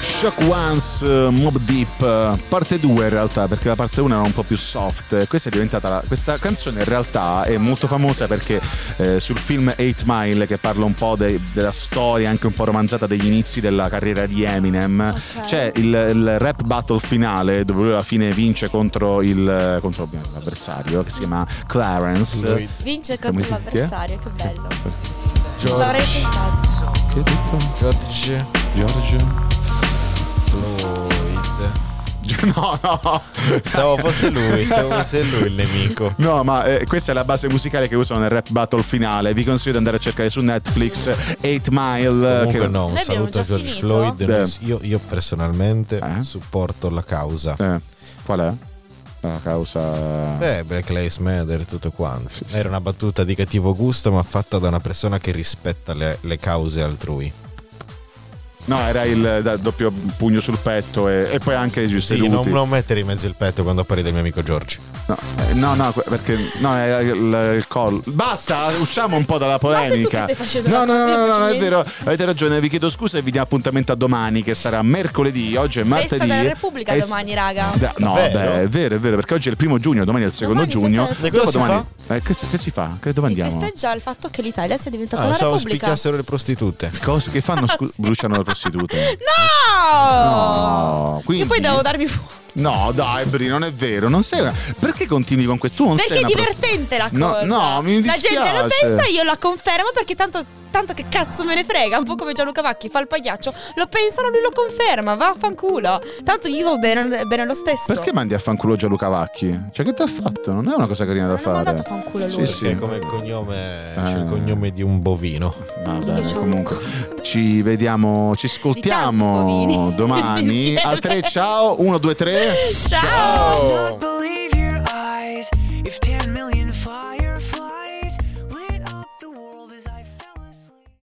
[SPEAKER 2] Shock Once, eh, Mob Deep, eh, parte 2 in realtà, perché la parte 1 era un po' più soft. eh, Questa è diventata. la- questa canzone in realtà è molto famosa perché eh, sul film 8 Mile, che parla un po' dei- della storia anche un po' romanzata degli inizi della carriera di Eminem,
[SPEAKER 3] Ok.
[SPEAKER 2] c'è il, il rap battle finale dove lui alla fine vince contro il contro ovviamente l'avversario che si chiama Clarence.
[SPEAKER 5] Lui-
[SPEAKER 3] Vince
[SPEAKER 2] Come
[SPEAKER 3] contro
[SPEAKER 2] si- chi è?
[SPEAKER 3] l'avversario, che bello. Non l'avrei
[SPEAKER 5] George,
[SPEAKER 3] pensato.
[SPEAKER 2] Che ha detto?
[SPEAKER 5] George
[SPEAKER 2] Giorgio?
[SPEAKER 5] Floyd.
[SPEAKER 2] No, no.
[SPEAKER 5] Pensavo fosse lui, pensavo fosse lui il nemico.
[SPEAKER 2] No, ma eh, questa è la base musicale che usano nel rap battle finale. Vi consiglio di andare a cercare su Netflix 8 Mile. eh,
[SPEAKER 5] Comunque
[SPEAKER 2] che...
[SPEAKER 5] no, un
[SPEAKER 3] Noi abbiamo
[SPEAKER 5] saluto a
[SPEAKER 3] già
[SPEAKER 5] George
[SPEAKER 3] finito?
[SPEAKER 5] Floyd. non
[SPEAKER 2] Eh.
[SPEAKER 5] s- Io, io personalmente
[SPEAKER 2] Eh?
[SPEAKER 5] supporto la causa.
[SPEAKER 2] Eh, qual è? La causa.
[SPEAKER 5] Beh, Black Lives Matter e tutto quanto.
[SPEAKER 2] Sì, sì.
[SPEAKER 5] Era una battuta di cattivo gusto, ma fatta da una persona che rispetta le, le cause altrui.
[SPEAKER 2] No, era il eh, da- doppio pugno sul petto e, e poi anche i giusti
[SPEAKER 5] Sì, non, non mettere in mezzo il petto quando parli del mio amico George.
[SPEAKER 2] No, eh, no, no, que- perché no, era il, il collo. Basta, usciamo un po' dalla
[SPEAKER 3] se tu che
[SPEAKER 2] polemica.
[SPEAKER 3] stai facendo
[SPEAKER 2] No,
[SPEAKER 3] la
[SPEAKER 2] no, no, no,
[SPEAKER 3] cosa,
[SPEAKER 2] no,
[SPEAKER 3] faccio
[SPEAKER 2] no, è
[SPEAKER 3] niente.
[SPEAKER 2] vero. Avete ragione, vi chiedo scusa e vi diamo appuntamento a domani, che sarà mercoledì. Oggi è martedì.
[SPEAKER 3] Festa della Repubblica
[SPEAKER 2] E-
[SPEAKER 3] domani, raga.
[SPEAKER 2] Da- no,
[SPEAKER 5] Vero?
[SPEAKER 2] beh, è vero, è vero, perché oggi è il primo giugno, domani è il secondo
[SPEAKER 3] Domani
[SPEAKER 2] giugno.
[SPEAKER 3] festa
[SPEAKER 5] della-
[SPEAKER 2] Dopo
[SPEAKER 5] Cosa si
[SPEAKER 2] domani. Eh, che, si- che si fa? Che dove
[SPEAKER 3] Si
[SPEAKER 2] andiamo?
[SPEAKER 3] festeggia il fatto che l'Italia sia diventata
[SPEAKER 5] Ah,
[SPEAKER 3] una
[SPEAKER 5] pensavo
[SPEAKER 3] repubblica.
[SPEAKER 5] spiccassero le prostitute.
[SPEAKER 2] Cose che fanno? Scu- bruciano le prostitute.
[SPEAKER 3] No!
[SPEAKER 2] No,
[SPEAKER 3] Io
[SPEAKER 2] quindi-
[SPEAKER 3] poi devo darmi fuoco.
[SPEAKER 2] No, dai, Bri, non è vero. Non sei una- Perché continui con questo? Tu non
[SPEAKER 3] Perché
[SPEAKER 2] sei
[SPEAKER 3] è
[SPEAKER 2] una prosti-
[SPEAKER 3] divertente la
[SPEAKER 2] No,
[SPEAKER 3] cosa.
[SPEAKER 2] no, mi
[SPEAKER 3] La gente lo
[SPEAKER 2] dispiace.
[SPEAKER 3] pensa, io la confermo perché tanto, tanto che cazzo me ne frega. Un po' come Gianluca Vacchi fa il pagliaccio. Lo pensano, lui lo conferma. Vaffanculo. Tanto gli va bene, bene lo stesso.
[SPEAKER 2] Perché mandi a fanculo Gianluca Vacchi? Cioè, che ti ha fatto? Non è una cosa carina da
[SPEAKER 3] Non l'ho
[SPEAKER 2] fare.
[SPEAKER 3] mandato a fanculo lui.
[SPEAKER 2] Sì, sì.
[SPEAKER 5] Perché come cognome
[SPEAKER 2] Eh.
[SPEAKER 5] c'è il cognome di un bovino.
[SPEAKER 2] Va bene, comunque. Ci vediamo, ci
[SPEAKER 3] Di tanti
[SPEAKER 2] ascoltiamo
[SPEAKER 3] bovini. Sì, sì,
[SPEAKER 2] domani.
[SPEAKER 3] è
[SPEAKER 2] Al 3,
[SPEAKER 3] vero.
[SPEAKER 2] ciao, 1, 2, 3.
[SPEAKER 3] Ciao.
[SPEAKER 5] Oh.
[SPEAKER 9] Not believe your eyes if 10 million flies.